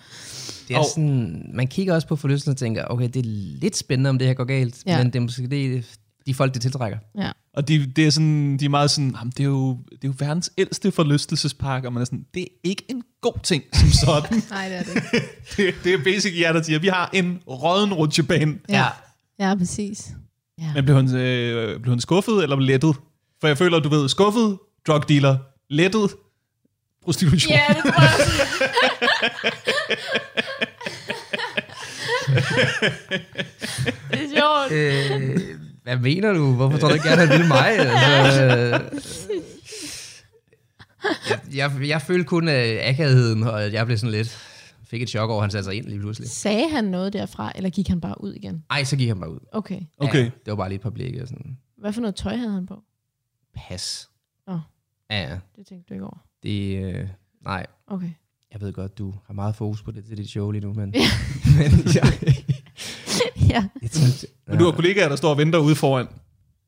S3: Det er
S1: Og-
S3: sådan, man kigger også på forlystelsen og tænker, okay, det er lidt spændende, om det her går galt,
S4: Ja.
S3: ja. men det er måske det, de folk, det tiltrækker.
S4: Ja.
S1: Og de, det er sådan, de er meget sådan, jamen, det, er jo, det er jo verdens ældste forlystelsespark, og man er sådan, det er ikke en god ting som sådan.
S4: Nej, det er det.
S1: det, det er basic jer, der siger, vi har en rådden rutsjebane.
S3: Ja.
S4: Ja, præcis. Ja.
S1: Men blev hun, øh, blev hun skuffet eller lettet? For jeg føler, du ved, skuffet, drug dealer, lettet, prostitution.
S4: Ja, det tror jeg også. det er sjovt.
S3: Øh, hvad mener du? Hvorfor tror du ikke, jeg har lille mig? Altså, øh, jeg, jeg, jeg følte kun øh, akavheden, og jeg blev sådan lidt... Fik et chok over, at han satte sig ind lige pludselig.
S4: Sagde han noget derfra, eller gik han bare ud igen?
S3: Ej, så gik han bare ud.
S4: Okay.
S1: Okay.
S3: Ja, det var bare lige et par blikke og sådan...
S4: Hvad for noget tøj havde han på?
S3: Pas.
S4: Nå.
S3: Ja, ja.
S4: Det tænkte du ikke over.
S3: Det... Øh, nej,
S4: Okay.
S3: jeg ved godt, du har meget fokus på det til dit show lige nu, men... men jeg,
S4: ja.
S3: jeg tænkte,
S1: Men du har kollegaer, der står og venter ude foran,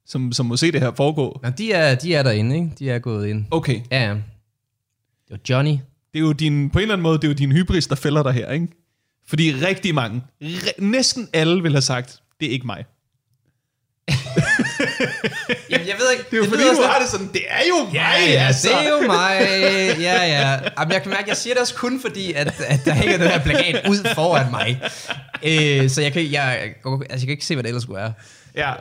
S1: som, som må se det her foregå.
S3: Nå, de er, de er derinde, ikke? De er gået ind.
S1: Okay,
S3: Ja, ja. Det var Johnny.
S1: det er jo din, på en eller anden måde, det er jo din hybris, der fælder dig her, ikke? Fordi rigtig mange, re- næsten alle vil have sagt, det er ikke mig.
S3: Jamen, jeg ved ikke.
S1: Det er jo fordi, du har det sådan, det er jo
S3: Ja,
S1: mig,
S3: ja,
S1: altså.
S3: det er jo mig. Ja, ja. Jamen, jeg kan mærke, jeg siger det også kun fordi, at, at der hænger den her plakat ud foran mig. Øh, så jeg kan, jeg, altså, jeg kan ikke se, hvad det ellers skulle være.
S1: Ja,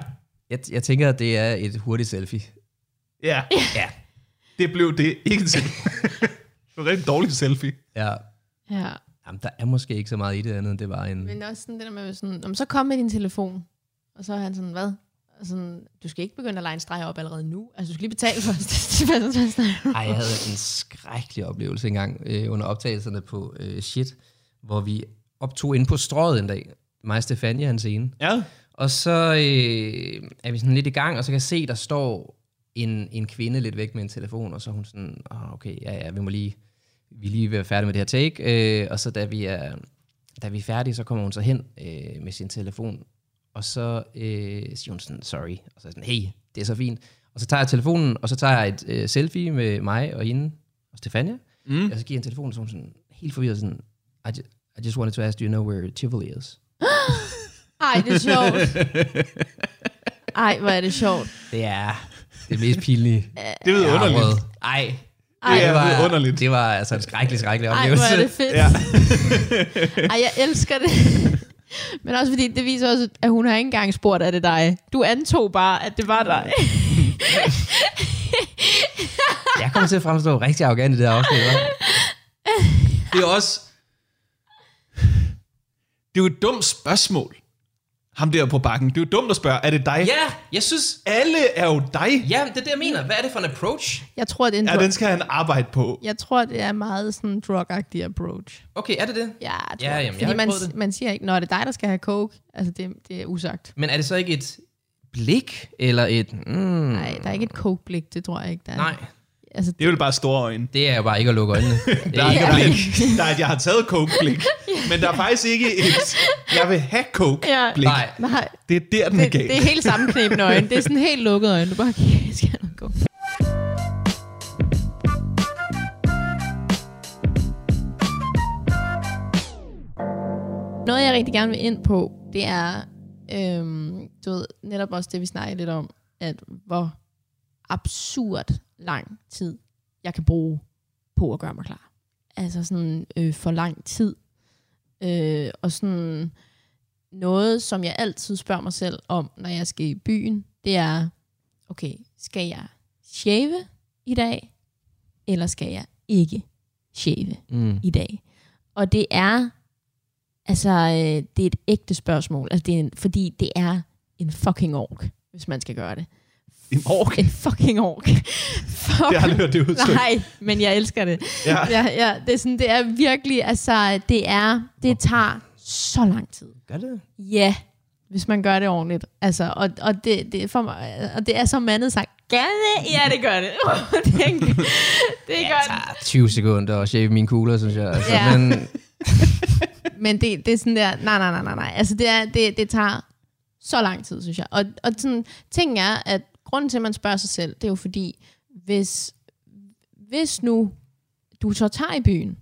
S3: Jeg, jeg tænker, at det er et hurtigt selfie.
S1: ja,
S3: Ja.
S1: det blev det ikke til. det var en rigtig dårlig selfie.
S3: ja.
S4: ja.
S3: Jamen, der er måske ikke så meget i det andet, end det var en...
S4: Men også sådan det der med, sådan, "Nå, men så kom med din telefon. Og så er han sådan, hvad? Og sådan, du skal ikke begynde at lege en streg op allerede nu. Altså, du skal lige betale først. Det er sådan, sådan, sådan.
S3: Ej, jeg havde en skrækkelig oplevelse engang øh, under optagelserne på øh, Shit, hvor vi optog ind på strøget en dag. Mig og Stefania, hans ene.
S1: Ja,
S3: Og så øh, er vi sådan lidt i gang, og så kan jeg se, der står en, en kvinde lidt væk med en telefon, og så er hun sådan, oh, okay, ja, ja, vi må lige, vi er lige være færdige med det her take. Øh, og så da vi, er, da vi er færdige, så kommer hun så hen øh, med sin telefon, og så øh, siger hun sådan, sorry, og så er jeg sådan, hey, det er så fint. Og så tager jeg telefonen, og så tager jeg et øh, selfie med mig og hende og Stefania, mm. og så giver jeg en telefon, så er hun sådan helt forvirret sådan, I, ju- I just wanted to ask, do you know where Tivoli is?
S4: Ej, det er sjovt. Ej, hvor er det sjovt.
S3: Det er det mest pinlige.
S1: det lyder ja, underligt.
S3: Rød. Ej.
S4: Ej,
S1: Ja, det er underligt.
S3: Det var altså en skrækkelig, skrækkelig
S4: Ej, hvor
S3: oplevelse.
S4: er det fedt.
S1: Ja.
S4: Ja. Ej, jeg elsker det. Men også fordi, det viser også, at hun har ikke engang spurgt, er det dig? Du antog bare, at det var dig.
S3: Jeg kommer til at fremstå rigtig arrogant i det her afsnit. hva'?
S1: Det er også... Det er jo et dumt spørgsmål. Ham der på bakken. Det er jo dumt at spørge, er det dig?
S3: Ja, jeg synes...
S1: Alle er jo dig.
S3: Ja, det er det, jeg mener. Hvad er det for en approach?
S4: Jeg tror, det er en
S1: Ja,
S4: drug.
S1: den skal han arbejde på.
S4: Jeg tror, det er meget sådan drug-agtig approach.
S3: Okay, er det det?
S4: Ja, jeg tror
S3: Ja, jamen, jeg har
S4: fordi
S3: ikke
S4: man,
S3: prøvet det.
S4: man siger ikke, når det er dig, der skal have coke. Altså, det, det er usagt.
S3: Men er det så ikke et blik, eller et... Mm,
S4: Nej, der er ikke et coke-blik, det tror jeg ikke, der er.
S3: nej,
S4: Altså,
S1: Det er jo bare store øjne.
S3: det er jo bare ikke at lukke øjnene. Det
S1: Der
S3: er
S1: er,
S3: ikke
S1: ikke
S3: at blik.
S1: et, der er et, jeg har taget coke-blik. Men der er faktisk ikke et, jeg vil have coke-blik.
S3: Nej,
S4: nej,
S1: Det er der, den er
S4: det, det
S1: galt.
S4: er helt sammenknæbende øjne. Det er sådan helt lukkede øjne. Du bare "Okay, skal have noget coke. Noget, jeg rigtig gerne vil ind på, det er øhm, du ved, netop også det, vi snakkede lidt om, at hvor absurd lang tid, jeg kan bruge på at gøre mig klar. Altså sådan øh, for lang tid. Øh, og sådan noget, som jeg altid spørger mig selv om, når jeg skal i byen, det er, okay, skal jeg shave i dag, eller skal jeg ikke shave?
S3: Mm.
S4: i dag. Og det er, altså, øh, det er et ægte spørgsmål, altså, det er en, fordi det er en fucking ork, hvis man skal gøre det.
S1: En ork.
S4: En fucking ork. Fuck.
S1: Jeg har aldrig hørt det udtryk.
S4: Nej, men jeg elsker det.
S1: Ja.
S4: Ja, ja, det er sådan, det er virkelig, altså, det er, det tager så lang tid.
S3: Gør det?
S4: Ja, hvis man gør det ordentligt. Altså, og, og, det, det er for mig, og det er som mandet sagt, gerne, ja, det gør det. det, er,
S3: Det
S4: det gør det.
S3: tager 20 sekunder at shave mine kugler, synes jeg. Altså,
S4: Ja.
S3: men,
S4: Men det, det er sådan der, nej, nej, nej, nej, nej. Altså, det, er, det, det tager så lang tid, synes jeg. Og, og sådan, ting er, at grunden til, at man spørger sig selv, det er jo fordi, hvis, hvis nu du så tager i byen,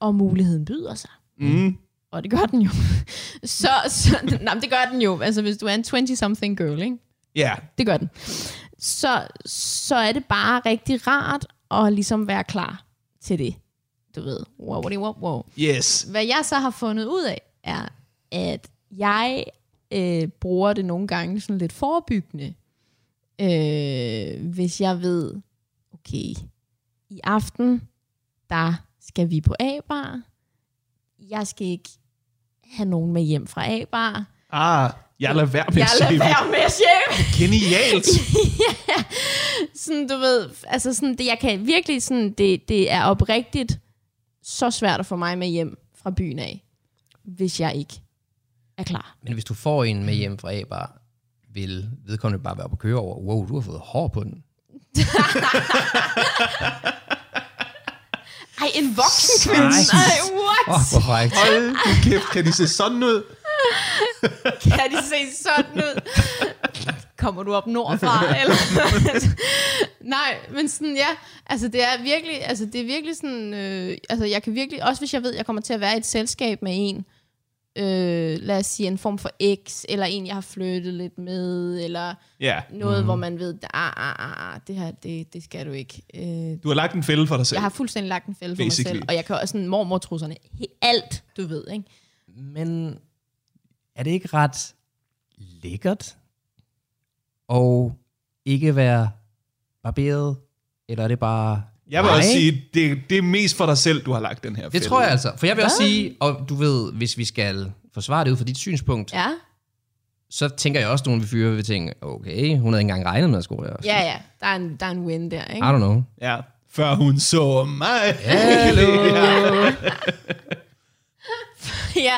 S4: og muligheden byder sig,
S1: Mm.
S4: og det gør den jo, så, så nej, men det gør den jo, altså hvis du er en 20-something girl, ikke?
S1: Ja,
S4: det gør den. Så, så er det bare rigtig rart at ligesom være klar til det. Du ved, wow, wow, wow, wow.
S1: yes.
S4: Hvad jeg så har fundet ud af, er, at jeg øh, bruger det nogle gange sådan lidt forebyggende. Øh, hvis jeg ved, okay, i aften, der skal vi på A-bar. Jeg skal ikke have nogen med hjem fra A-bar.
S1: Ah, jeg lader være med
S4: Jeg
S1: at
S4: lader
S1: sige
S4: være med at shame.
S1: Genialt.
S4: sådan, du ved, altså sådan, det, jeg kan virkelig sådan, det, det er oprigtigt så svært at få mig med hjem fra byen af, hvis jeg ikke er klar.
S3: Men hvis du får en med hjem fra A-bar, vil vedkommende bare være på køre over, wow, du har fået hår på den.
S4: Ej, en voksen kvinde.
S3: Nice.
S4: Ej, what?
S3: Åh, oh, hvor frækt.
S1: Hold nu kæft, kan de se sådan ud?
S4: Kan de se sådan ud? Kommer du op nordfra? Eller? Nej, men sådan, ja. Altså, det er virkelig, altså, det er virkelig sådan, øh, altså, jeg kan virkelig, også hvis jeg ved, jeg kommer til at være i et selskab med en, øh, lad os sige, en form for ex, eller en, jeg har flyttet lidt med, eller
S1: Ja,
S4: noget, mm.
S3: Mhm.
S4: hvor man ved, ah, ah, ah, ah, det her, det, det skal du ikke. Øh,
S1: du har lagt en fælde for dig selv.
S4: jeg har fuldstændig lagt en fælde for mig
S1: Basically.
S4: selv, og jeg kan også sådan mormortrusserne, he- alt, du ved, ikke?
S3: Men er det ikke ret lækkert og ikke være barberet? Eller er det bare...
S1: Jeg vil også
S3: Nej.
S1: sige, det, det er mest for dig selv, du har lagt den her fælde.
S3: Det tror jeg altså. For jeg vil også sige, og du ved, hvis vi skal forsvare det ud fra dit synspunkt, ja.
S4: Ja,
S3: så tænker jeg også, at nogle vil fyre vil tænke, okay, hun havde ikke engang regnet med at skulle
S4: ja, ja, der er en, der er en win der,
S3: I
S4: ikke?
S3: don't know.
S1: Ja, før hun så mig.
S3: Hallo.
S4: ja,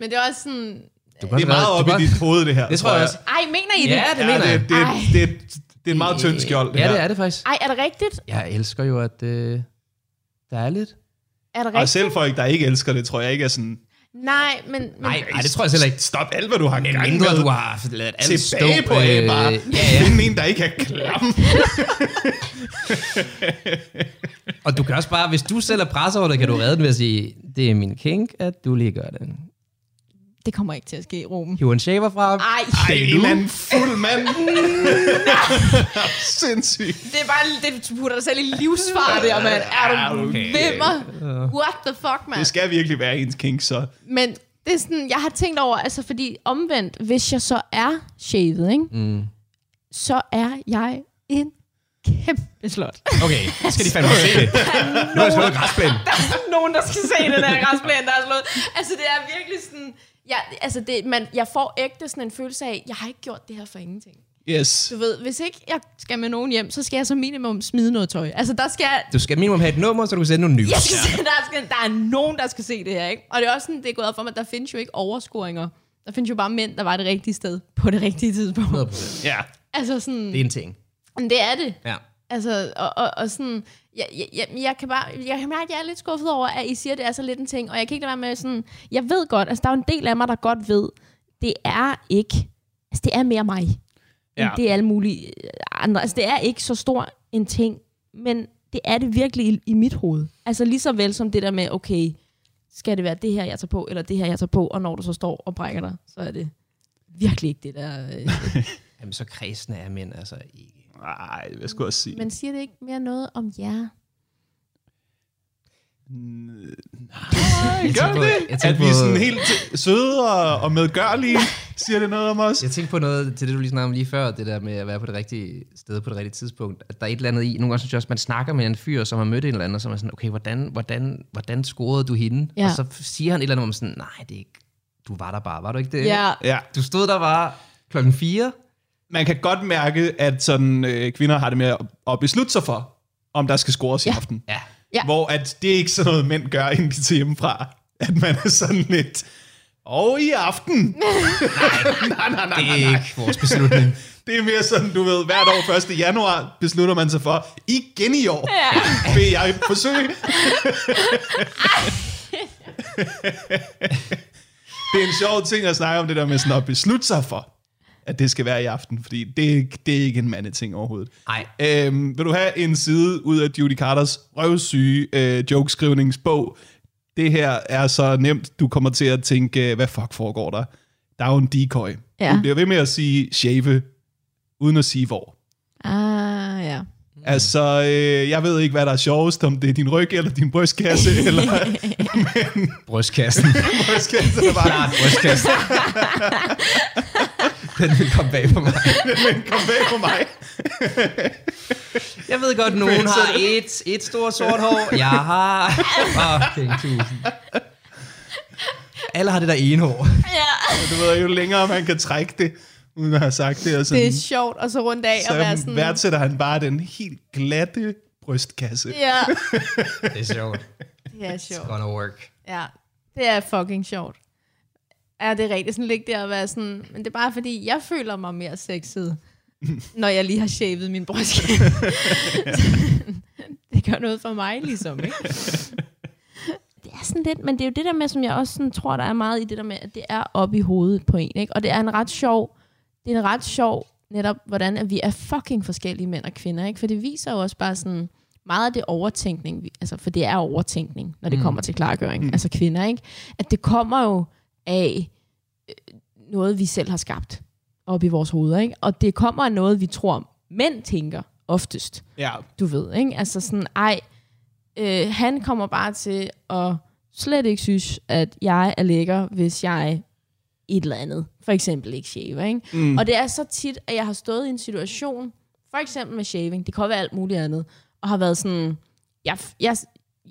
S4: men det er også sådan,
S3: Du kan
S1: Det er
S3: også
S1: meget
S3: være- du
S1: op
S3: kan
S1: i
S3: også-
S1: dit hoved, det her.
S3: Det tror jeg også.
S4: ej, mener I det?
S3: Ja, det
S1: Ja,
S3: mener jeg.
S1: det, det,
S4: Ej.
S1: det, det, det er en meget tynd skjold, det
S3: Ja,
S1: her.
S3: det er det faktisk.
S4: Ej, er det rigtigt?
S3: Jeg elsker jo, at øh, der er lidt...
S4: Er det
S1: Og
S4: rigtigt?
S1: selv folk, der ikke elsker det, tror jeg ikke er sådan...
S4: Nej, men, men
S3: Nej, nej, det tror jeg selv ikke.
S1: Stop alt, hvad du har gang
S3: Mindre
S1: med.
S3: du har lavet alt stå...
S1: Tilbage på øh, bare.
S3: ja, ja.
S1: Find en, der ikke er klam.
S3: Og du kan også bare, hvis du selv er presset over det, kan du redde den ved at sige, det er min kink, at du lige gør det.
S4: det kommer ikke til at ske i Ruben.
S3: Hiv en shaver fra.
S4: Ej,
S1: Ej, en eller anden fuld mand. Sindssygt.
S4: det er bare, det, du putter dig selv i livsfare der, mand. Er du
S1: okay.
S4: vimmer? What the fuck, mand?
S1: Det skal virkelig være ens kink, så.
S4: Men det er sådan, jeg har tænkt over, altså fordi omvendt, hvis jeg så er shaved, ikke? Mm. så er jeg en kæmpe slot.
S3: Okay, så skal de fandme se det. Nu er jeg græsplænen.
S4: Nogen, der skal se den her græsplæne, der er slået. Altså det er virkelig sådan, jeg, altså det, man, jeg får ægte sådan en følelse af, jeg har ikke gjort det her for ingenting.
S1: Yes.
S4: Du ved, hvis ikke jeg skal med nogen hjem, så skal jeg som minimum smide noget tøj. Altså der skal jeg,
S3: Du skal minimum have et nummer, så du kan sende nogle nye.
S4: jeg skal, se- der, skal, der er nogen, der skal se det her, ikke? Og det er også sådan, det er gået op for mig, der findes jo ikke overskoringer. Der findes jo bare mænd, der var det rigtige sted på det rigtige tidspunkt.
S3: 100%.
S1: Ja.
S4: Altså sådan,
S3: Det er en ting.
S4: men det er det.
S3: Ja.
S4: Altså, og, og, og sådan, jeg, jeg, jeg, jeg kan bare, jeg kan mærke, at jeg er lidt skuffet over, at I siger, at det er så lidt en ting, og jeg kan ikke lade være med sådan, jeg ved godt, altså der er jo en del af mig, der godt ved, det er ikke, altså det er mere mig, ja.
S1: Ja.
S4: end det er alle mulige øh, andre, altså det er ikke så stor en ting, men det er det virkelig i, i mit hoved. Altså lige så vel som det der med, okay, skal det være det her, jeg tager på, eller det her, jeg tager på, og når du så står og brækker dig, så er det virkelig ikke det der. Øh.
S3: Jamen, så kredsende er mænd altså ikke.
S1: Nej, hvad skulle jeg sige?
S4: Men siger det ikke mere noget om jer?
S3: Jeg
S1: Gør
S3: tænkte
S1: det?
S3: på- Jeg
S1: At
S3: tænkte,
S1: vi er
S3: på,
S1: sådan helt søde og, og medgørlige, siger det noget om os?
S3: jeg tænkte på noget til det, du lige snakkede om lige før, det der med at være på det rigtige sted på det rigtige tidspunkt. At der er et eller andet i. Nogle gange synes jeg også, man snakker med en fyr, som har mødt en eller anden, og som er sådan, okay, hvordan, hvordan, hvordan scorede du hende?
S4: Ja.
S3: Og så siger han et eller andet om sådan, nej, det er ikke, du var der bare, var du ikke det?
S1: Ja.
S3: Du stod der bare klokken 4.
S1: Man kan godt mærke, at sådan, øh, kvinder har det med at, at beslutte sig for, om der skal scores i
S4: Ja.
S1: aften.
S3: Ja.
S4: Ja.
S1: Hvor at det er ikke sådan noget, mænd gør, inden de tager hjemmefra. At man er sådan lidt, og i aften. nej, nej, nej, nej,
S3: Det
S1: nej,
S3: er
S1: nej.
S3: ikke vores beslutning.
S1: Det er mere sådan, du ved, hvert år 1. januar beslutter man sig for, igen i år ja. vil jeg forsøge. det er en sjov ting at snakke om, det der med sådan at beslutte sig for, at det skal være i aften, fordi det, er ikke- det er ikke en mandeting overhovedet.
S3: Nej.
S1: Øhm, vil du have en side ud af Judy Carters røvsyge øh, jokeskrivningsbog? Det her er så nemt, du kommer til at tænke, øh, hvad fuck foregår der? Der er jo en decoy.
S4: Ja.
S1: Hun bliver ved med at sige shave uden at sige hvor.
S4: Ah, ja.
S1: Altså, øh, jeg ved ikke, hvad der er sjovest, om det er din ryg eller din brystkasse, eller
S3: Brystkassen.
S1: brystkasse, der bare
S3: Klart brystkassen. Den vil komme bag på mig.
S1: kom bag på mig.
S3: Jeg ved godt, nogen har et, et stort sort hår. Jeg har fucking tusind. Alle har det der ene hår.
S4: ja.
S1: Du ved, jo længere man kan trække det, uden at have sagt det. Og sådan,
S4: Det er sjovt, og så rundt af og være
S1: så
S4: sådan...
S1: værdsætter han bare den helt glatte brystkasse.
S4: Ja,
S3: Det er sjovt.
S4: det er sjovt.
S3: It's gonna work.
S4: Ja, det er fucking sjovt. Ja, det er rigtigt sådan ligge der og være sådan, men det er bare fordi, jeg føler mig mere sexet, når jeg lige har shavet min brystkasse. det gør noget for mig ligesom, ikke? Det er sådan lidt, men det er jo det der med, som jeg også sådan, tror, der er meget i det der med, at det er op i hovedet på en, ikke? Og det er en ret sjov, det er en ret sjov, netop hvordan at vi er fucking forskellige mænd og kvinder, ikke? For det viser jo også bare sådan, meget af det overtænkning, vi- altså for det er overtænkning, når det mm. kommer til klargøring, mm. altså kvinder, ikke? At det kommer jo af øh, noget, vi selv har skabt op i vores hoveder, ikke? Og det kommer af noget, vi tror, mænd tænker oftest
S1: Ja,
S4: du ved, ikke? Altså sådan, ej, øh, han kommer bare til at slet ikke synes, at jeg er lækker, hvis jeg et eller andet. For eksempel ikke shaver, ikke? Mm. Og det er så tit, at jeg har stået i en situation, for eksempel med shaving, det kan også være alt muligt andet, og har været sådan, jeg, jeg,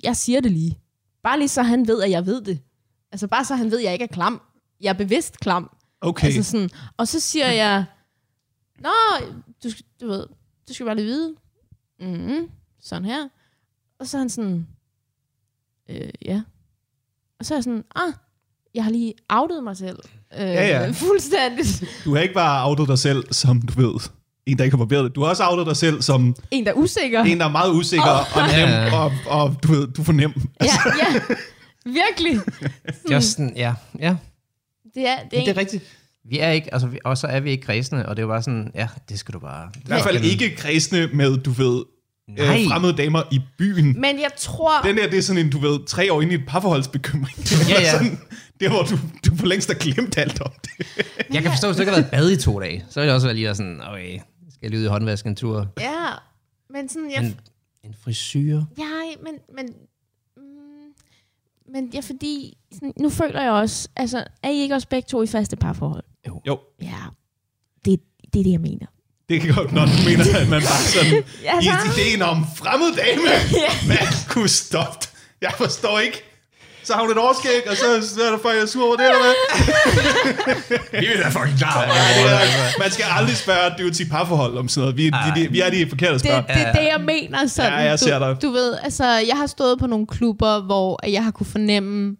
S4: jeg siger det lige. Bare lige så han ved, at jeg ved det. Altså bare så han ved, at jeg ikke er klam. Jeg er bevidst klam.
S1: okay.
S4: Altså sådan, og så siger jeg, Nå, du, skal- du ved, du skal bare lige vide. Mm, sådan her. Og så er han sådan, øh, ja. Og så er jeg sådan, ah, jeg har lige outet mig selv. Øh,
S1: Ja, ja.
S4: Fuldstændigt.
S1: Du har ikke bare outet dig selv, som du ved, en, der ikke har barberet det. Du har også outet dig selv som
S4: En, der er usikker.
S1: en, der er meget usikker og nem,
S3: Ah. Ja.
S1: og, og du ved, du er for nem.
S4: Ja, ja. Virkelig.
S3: Det er også sådan, ja, ja.
S4: Det Hmm. er, det er,
S3: Men det er
S4: en,
S3: rigtigt. Vi er ikke, altså, vi, og så er vi ikke kredsende, og det er jo bare sådan, ja, det skal du bare.
S1: I hvert fald ikke kredsende med, du ved, øh,
S3: Nej.
S1: fremmede damer i byen.
S4: men jeg tror...
S1: Den her, det er sådan en, du ved, tre år inde i et parforholdsbekymring. Det
S3: Ja, ja.
S1: Sådan, det hvor du, du for længst har glemt alt om det.
S3: Jeg kan forstå, hvis du ikke har været i bad i to dage, så vil det også være lige være sådan, okay, skal jeg lige ud i håndvasken en tur?
S4: Ja, men sådan, jeg,
S3: Men en frisyr?
S4: Ja, men, men, mm, men ja, fordi sådan, nu føler jeg også, altså, er I ikke også begge to i faste parforhold?
S1: Jo,
S4: Ja, det, det er det, jeg mener.
S1: det kan godt, når du mener, at man bare sådan...
S4: Ja,
S1: I
S4: tak.
S1: ideen om fremmede dame. Hvad kunne stoppe? det? Jeg forstår ikke. Så har hun et overskæg, og så, så er der folk, der er sur over det, eller hvad?
S3: Vi er da fucking klar.
S1: Ja, det er- Man skal aldrig spørge dudes i parforhold om sådan noget. Vi, de, de, vi er de forkerte at
S4: Det,
S1: spørge.
S4: det er det, jeg mener. Sådan,
S1: Ja, jeg ser
S4: du,
S1: dig.
S4: du ved, altså, jeg har stået på nogle klubber, hvor jeg har kunne fornemme,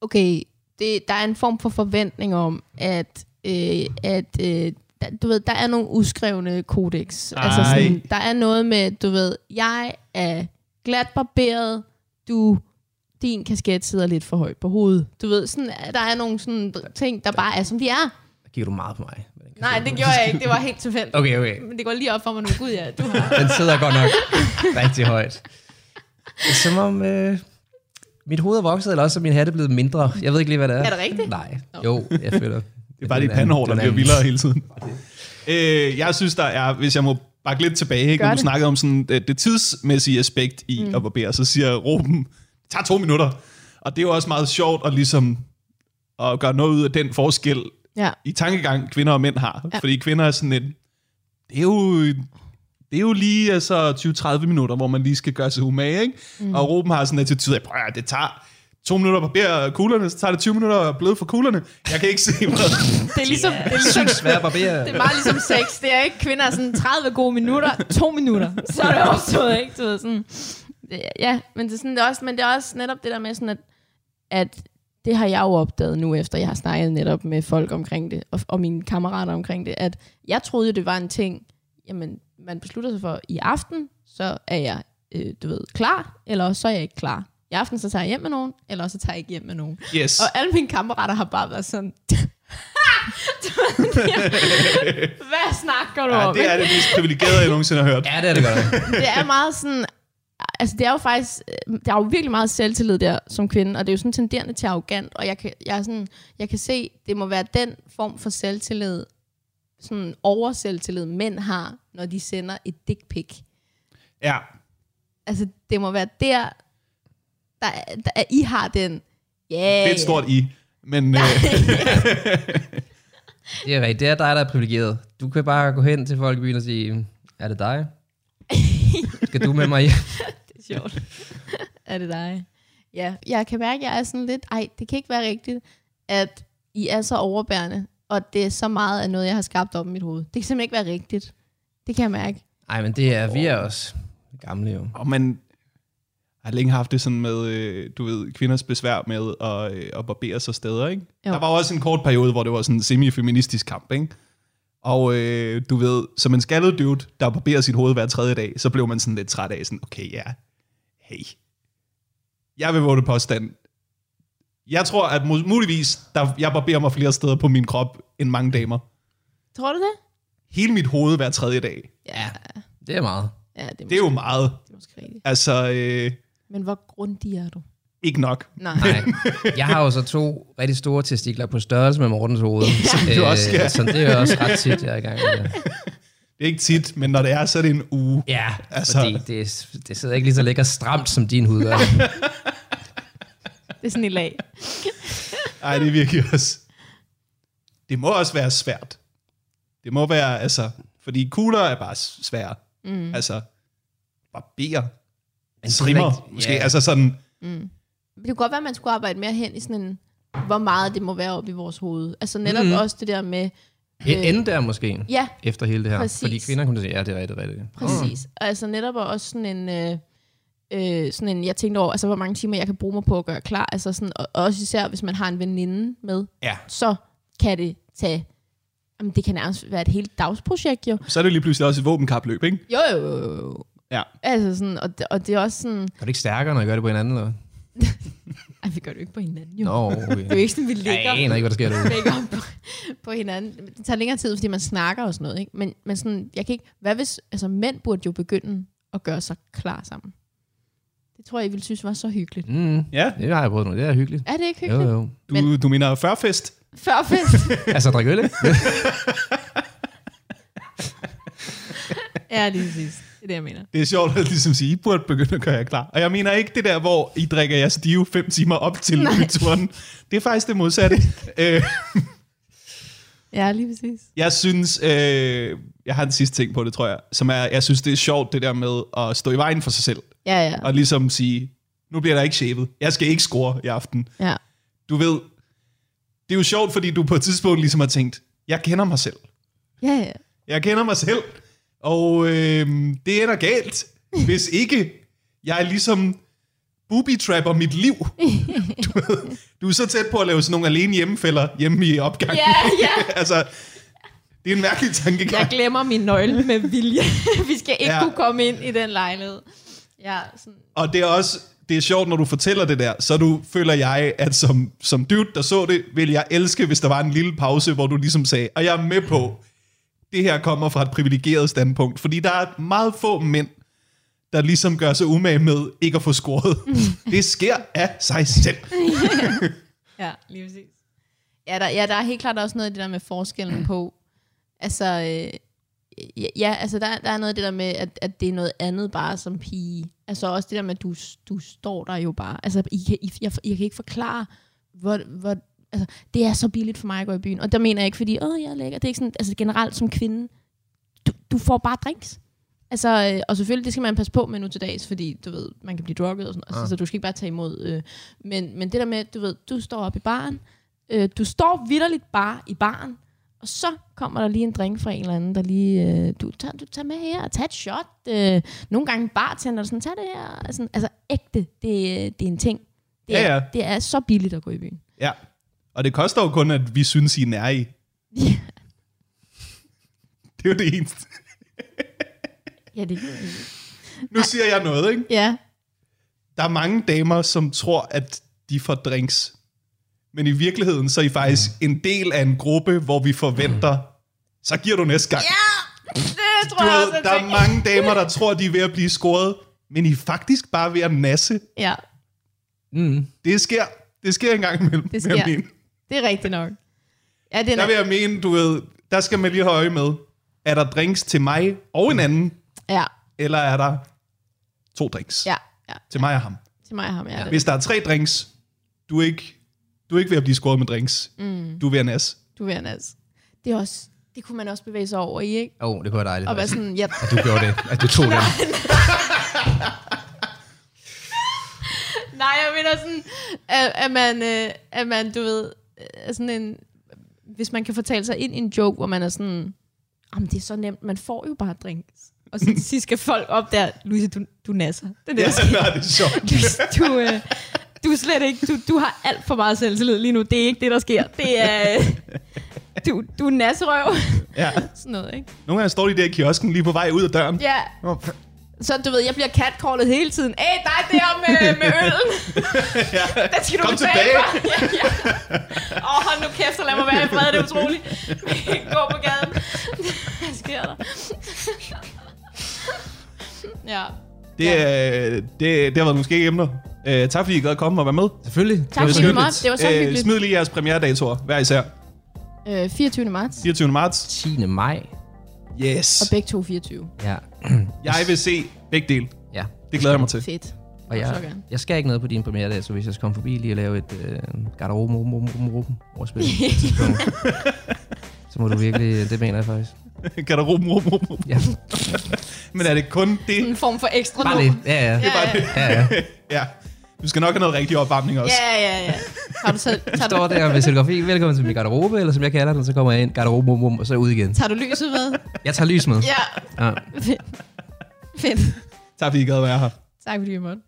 S4: okay, det, der er en form for forventning om, at, øh, at øh, der, du ved, der er nogle uskrevne kodex. Altså sådan,
S1: Ej.
S4: der er noget med, du ved, jeg er glat barberet, du din kasket sidder lidt for højt på hovedet. Du ved, sådan, der er nogle sådan ting, der bare er, som de er.
S3: Der kigger du meget på mig. med den
S4: Nej,
S3: kasse.
S4: det gjorde jeg ikke. Det var helt tilfældigt.
S3: Okay, okay.
S4: Men det går lige op for mig nu. Gud ja, du har
S3: Den sidder godt nok rigtig højt. Det er som om øh, mit hoved er vokset, eller også er min hat er blevet mindre. Jeg ved ikke lige, hvad det er.
S4: Er det rigtigt?
S3: Nej. Jo, jeg føler.
S1: Det er bare de pandehår, der bliver vildere hele tiden. Øh, jeg synes, der er, hvis jeg må bakke lidt tilbage, ikke?
S4: Gør
S1: når du
S4: det.
S1: snakkede om sådan, øh, det, det tidsmæssige aspekt i mm. at barbere, så siger Ruben, det tager to minutter. Og det er jo også meget sjovt at, ligesom, at gøre noget ud af den forskel
S4: Ja.
S1: i tankegang, kvinder og mænd har. Ja.
S4: Ja.
S1: Fordi kvinder er sådan en, det er jo, det er jo lige altså, 20-30 minutter, hvor man lige skal gøre sig umage. Ikke? Mm. Og Ruben har sådan en attitude af, "Prøv at høre, det tager to minutter at barbere kuglerne, så tager det 20 minutter at bløde for kuglerne. Jeg kan ikke se, hvad,
S4: Det er ligesom, det er ligesom
S3: Sygt svært at barbere.
S4: Det er meget ligesom sex. Det er ikke kvinder er sådan 30 gode minutter, to minutter. Så er det overstået, ikke? Du ved, sådan. Det er- Ja, men det, er sådan, det er også, men det er også netop det der med, sådan at, at det har jeg jo opdaget nu, efter jeg har snakket netop med folk omkring det, og, og mine kammerater omkring det, at jeg troede jo, det var en ting, jamen, man beslutter sig for, i aften, så er jeg, øh, du ved, klar, eller også så er jeg ikke klar. I aften, så tager jeg hjem med nogen, eller også så tager jeg ikke hjem med nogen.
S1: Yes.
S4: Og alle mine kammerater har bare været sådan... Hvad snakker du
S1: Ja,
S4: om?
S1: det er det mest privilegerede, jeg nogensinde har hørt.
S3: Ja, det er det godt. nok.
S4: det er meget sådan... Altså, det er jo faktisk... øh, Der er jo virkelig meget selvtillid der som kvinde, og det er jo sådan tenderende til arrogant, og jeg kan, jeg er sådan, jeg kan se, det må være den form for selvtillid, sådan overselvtillid mænd har, når de sender et dick pic.
S1: Ja,
S4: Altså, det må være der, der, er- der er- I har den. Ja,
S1: det er et stort i. Men øh,
S3: Det er rigtigt. Det er dig, der er privilegeret. Du kan bare gå hen til folk i byen og sige, er det dig? Skal du med mig hjem?
S4: det er sjovt. er det dig? Ja, jeg kan mærke, at jeg er sådan lidt, ej, det kan ikke være rigtigt, at I er så overbærende, og det er så meget af noget, jeg har skabt op i mit hoved. Det kan simpelthen ikke være rigtigt. Det kan jeg mærke.
S3: Nej, men det er vi er også gamle jo.
S1: og man har længe haft det sådan med, øh, du ved, kvinders besvær med at, øh, at barbere sig steder, ikke?
S4: Jo.
S1: Jo. Der var jo også en kort periode, hvor det var sådan en semi-feministisk kamp, ikke? Og øh, du ved, som en skaldet dude, der barberer sit hoved hver tredje dag, så blev man sådan lidt træt af sådan, okay, ja, hey. Jeg vil våge påstand. Jeg tror, at mu- muligvis, der, jeg barberer mig flere steder på min krop, end mange damer.
S4: Tror du det?
S1: Hele mit hoved hver tredje dag.
S4: Ja,
S3: Det er meget.
S4: ja det, er
S1: Det er jo meget.
S4: det er måske rigtigt.
S1: Altså, øh,
S4: Men hvor grundig er du?
S1: ikke nok.
S4: Nej.
S3: Nej. Jeg har jo så to rigtig store testikler på størrelse med Mortens hoved. Ja,
S1: du også skal.
S3: Så det er også ret tit, jeg er i gang med.
S1: Det er ikke tit, men når det er, så er det en uge.
S3: Ja,
S1: Altså-
S3: altså. fordi det, det sidder ikke lige så lækker stramt, som din hud gør.
S4: Det er sådan i lag.
S1: Ej, det er virkelig også... Det må også være svært. Det må være, altså... Fordi kugler er bare s- svære. Mm. Altså, barberer.
S3: Men
S1: Trimmer,
S3: det er ikke-
S1: måske.
S3: ja.
S1: Altså sådan...
S4: Det kunne godt være, at man skulle arbejde mere hen i sådan en, hvor meget det må være op i vores hoved. Altså netop mm. også det der med,
S3: E- End der måske,
S4: ja,
S3: efter hele det her.
S4: Præcis.
S3: Fordi kvinder kunne sige, ja, det er rigtigt, rigtigt.
S4: præcis. Mm. Altså netop også sådan en, øh, øh, sådan en, jeg tænkte over, altså hvor mange timer jeg kan bruge mig på at gøre klar. Altså sådan, og og også især, hvis man har en veninde med,
S1: Ja,
S4: så kan det tage, jamen det kan nærmest være et helt dagsprojekt jo.
S1: så er det lige pludselig også et våbenkapløb, ikke?
S4: Jo, jo, jo, jo.
S1: Ja.
S4: Altså sådan, og, det- og det er også sådan,
S3: Gør det ikke stærkere, når jeg gør det på hinanden? Eller?
S4: ej, vi gør det jo ikke på hinanden jo.
S3: Nå, okay.
S4: Det er jo ikke sådan, vi ligger.
S3: Jeg aner ikke, hvad der sker derude.
S4: make up på, på hinanden. Det tager længere tid, fordi man snakker og sådan noget. Ikke? Men, men sådan, jeg kan ikke... Hvad hvis... Altså, mænd burde jo begynde at gøre sig klar sammen. Det tror jeg, I ville synes var så hyggeligt.
S3: Mm,
S1: Ja.
S3: det har jeg prøvet nu. Det er hyggeligt.
S4: Er det ikke
S3: Jo,
S4: hyggeligt? Jo, jo.
S1: Du,
S3: jo.
S1: du mener førfest?
S4: Før fest.
S3: Altså, drik øl, ikke?
S4: ja, lige præcis. Det er det, jeg mener.
S1: Det er sjovt at ligesom sige, I burde begynde at gøre jer klar. Og jeg mener ikke det der, hvor I drikker jeres stive fem timer op til turen. Det er faktisk det modsatte. øh,
S4: Ja, lige præcis.
S1: Jeg synes, øh, jeg har en sidste ting på det, tror jeg, som er, jeg synes, det er sjovt, det der med at stå i vejen for sig selv,
S4: Ja, ja.
S1: og ligesom sige, nu bliver der ikke shavet, jeg skal ikke score i aften.
S4: ja.
S1: Du ved, det er jo sjovt, fordi du på et tidspunkt ligesom har tænkt, jeg kender mig selv.
S4: Ja, ja.
S1: Jeg kender mig selv, og øh, det ender galt, hvis ikke jeg ligesom booby-trapper mit liv. Du, ved, du er så tæt på at lave sådan nogle alene hjemmefælder hjemme i opgangen.
S4: Ja, ja.
S1: altså, det er en mærkelig tankegang.
S4: Jeg glemmer min nøgle med vilje. Vi skal ikke
S1: Ja.
S4: kunne komme ind i den lejlighed. Ja, sådan.
S1: Og det er også det er sjovt, når du fortæller det der, så du føler jeg, at som, som dude, der så det, vil jeg elske, hvis der var en lille pause, hvor du ligesom sagde, og jeg er med på, det her kommer fra et privilegeret standpunkt, fordi der er meget få mænd, der ligesom gør sig umage med ikke at få scoret. Det sker af sig selv.
S4: Ja, lige præcis. Ja der, ja, der er helt klart også noget af det der med forskellen på, altså, øh, ja, ja, altså der, der er noget af det der med, at, at det er noget andet bare som pige. Altså også det der med, at du, du står der jo bare. Altså, I kan, I, jeg, jeg kan ikke forklare, hvor, hvor, altså, det er så billigt for mig at gå i byen. Og der mener jeg ikke, fordi, åh, jeg er lækker. Det er ikke sådan, altså generelt som kvinde, du, du får bare drinks. Altså, øh, og selvfølgelig, det skal man passe på med nu til dags, fordi du ved, man kan blive drukket og sådan
S1: Ah.
S4: noget, altså, så du skal ikke bare tage imod. Øh, men, men det der med, du ved, du står op i baren, øh, du står vidderligt bare i baren, og så kommer der lige en drink fra en eller anden, der lige, øh, du, tager, du tager med her og tager et shot. Øh, nogle gange bartender, sådan, tag det her. og Sådan, altså ægte, det, øh, det er en ting. Det er,
S1: Ja, ja.
S4: det er så billigt at gå i byen.
S1: Ja. Og det koster jo kun, at vi synes, I er nære i.
S4: Ja,
S1: Det er jo det eneste.
S4: ja det
S1: Nu siger jeg noget, ikke?
S4: Ja,
S1: der er mange damer, som tror, at de får drinks. Men i virkeligheden, så er I faktisk en del af en gruppe, hvor vi forventer, så giver du næste gang. Yeah,
S4: det tror
S1: du
S4: jeg også,
S1: ved, der er
S4: jeg
S1: mange damer, der tror, de er ved at blive scoret, men I er faktisk bare ved at nasse.
S4: Ja,
S3: Mm.
S1: Det sker. Det sker en gang imellem.
S4: Det
S1: vil jeg
S4: sker.
S1: mene.
S4: det er rigtigt nok. Ja, det er
S1: Der vil jeg mene, du ved,
S6: der skal man lige have øje med, er der drinks til mig og en anden,
S4: Ja,
S6: eller er der to drinks
S4: ja, ja.
S6: til mig og ham?
S4: Til mig og ham, ja. ja.
S6: Hvis der er tre drinks, du er ikke, du er ikke ved at blive skåret med drinks. Mm. Du er ved at nas.
S4: Du vil altså. Det, er også, det kunne man også bevæge sig over i, ikke?
S3: Åh, oh, det kunne være dejligt.
S4: Og være sådan, ja,
S3: Du gjorde det. At du tog den.
S4: nej, jeg mener sådan, at, at man, øh, at man, du ved, øh, er sådan en, hvis man kan fortælle sig ind i en joke, hvor man er sådan, jamen det er så nemt, man får jo bare drinks. Og så til sidst skal folk op der, Louise, du, du nasser. Det er det,
S6: Ja,
S4: der sker.
S6: nej, det er sjovt.
S4: Du, du, øh, du er slet ikke, du, du har alt for meget selvtillid lige nu. Det er ikke det, der sker. Det er, øh, du, du er nasserøv.
S6: Ja.
S4: Sådan noget, ikke?
S6: Nogle gange står de der i kiosken lige på vej ud af døren.
S4: Ja. Så du ved, jeg bliver catcallet hele tiden. Æh, dig der med, med øllen. Den skal du
S6: Kom
S4: betale
S6: tilbage.
S4: for. ja, ja. Åh, oh, hold nu kæft, så lad mig være i fred. Det er utroligt. Gå på gaden. Hvad sker der? ja.
S6: Det, øh, det, det har været nogle skægge emner. Øh, tak fordi I gad at komme og være med.
S3: Selvfølgelig.
S4: Tak
S6: var
S4: fordi du
S6: skønt.
S4: måtte. Det var så
S6: Øh,
S4: hyggeligt.
S6: smid lige jeres premieredatoer hver især.
S4: Øh, 24. marts.
S6: 24. marts.
S3: 10. maj.
S6: Yes.
S4: Og begge to 24.
S3: Ja.
S6: Jeg vil se begge dele.
S3: Ja.
S6: Det glæder jeg mig til.
S4: Fedt.
S3: Og
S4: Så
S3: jeg,
S4: gerne.
S3: jeg skal ikke noget på din premieredag, så hvis jeg skal komme forbi lige og lave et øh, garderobe rum, rum, rum, rum, overspil, så må du virkelig, øh, det mener jeg faktisk.
S6: Kan der rum, rum, rum, rum.
S3: Ja,
S6: Men er det kun det?
S4: En form for ekstra
S3: bare
S4: nu.
S3: det. Ja, ja.
S4: Ja, ja,
S3: ja, ja.
S6: Ja. Du skal nok have noget rigtig opvarmning også.
S4: ja, ja, ja. Har du så, tager,
S3: Står
S4: du,
S3: der med scenografi, velkommen til min garderobe, eller som jeg kalder den, så kommer jeg ind, garderobe, rum, rum, og så ud igen.
S4: tager du lyset med?
S3: Jeg tager lys med.
S4: Ja.
S3: Ja.
S4: Fedt. Fedt.
S6: Tak fordi I gad at være her.
S4: Tak fordi du måtte.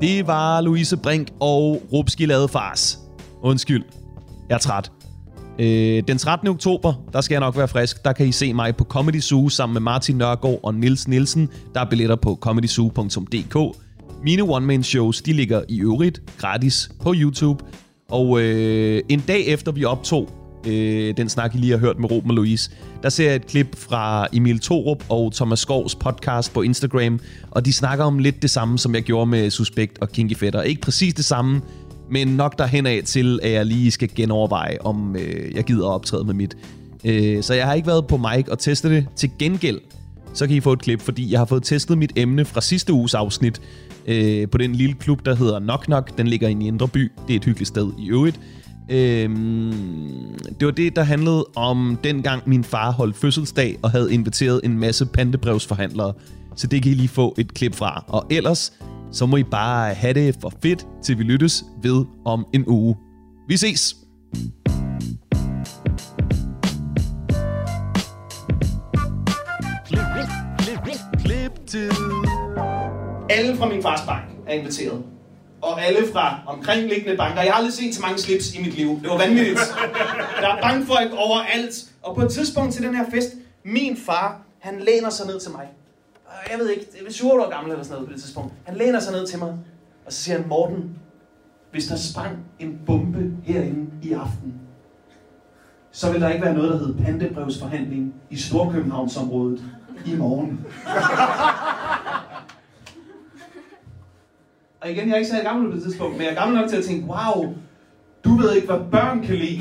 S1: Det var Louise Brink og Rupskilade Fars. Undskyld, jeg er træt. Øh, den 13. oktober, der skal jeg nok være frisk, der kan I se mig på Comedy Zoo sammen med Martin Nørgaard og Nils Nielsen. Der er billetter på comedyzoo.dk. Mine one-man-shows, de ligger i øvrigt gratis på YouTube. Og øh, en dag efter vi optog øh, den snak, I lige har hørt med Ruben og Louise, der ser jeg et klip fra Emil Thorup og Thomas Skovs podcast på Instagram, og de snakker om lidt det samme, som jeg gjorde med Suspekt og Kinky Fætter. Ikke præcis det samme, men nok derhen af til, at jeg lige skal genoverveje, om øh, jeg gider at optræde med mit. Øh, så jeg har ikke været på mic og testet det. Til gengæld, så kan I få et klip, fordi jeg har fået testet mit emne fra sidste uges afsnit øh, på den lille klub, der hedder Knock Knock. Den ligger inde i Indre By. Det er et hyggeligt sted i øvrigt. Øhm, det var det, der handlede om dengang min far holdt fødselsdag og havde inviteret en masse pantebrevsforhandlere. Så det kan I lige få et klip fra. Og ellers, så må I bare have det for fedt, til vi lyttes ved om en uge. Vi ses!
S7: alle fra min fars bank er inviteret. Og alle fra omkringliggende banker. Jeg har aldrig set så mange slips i mit liv. Det var vanvittigt. Der er bankfolk overalt. Og på et tidspunkt til den her fest, min far, han læner sig ned til mig. Og Jeg ved ikke, jeg er 7 år gammel eller sådan noget på det tidspunkt. Han læner sig ned til mig, og så siger han, Morten, hvis der sprang en bombe herinde i aften, så vil der ikke være noget, der hed pantebrevsforhandling i Storkøbenhavnsområdet i morgen. Og igen, jeg er ikke særlig gammel på det tidspunkt, men jeg er gammel nok til at tænke, wow, du ved ikke, hvad børn kan lide.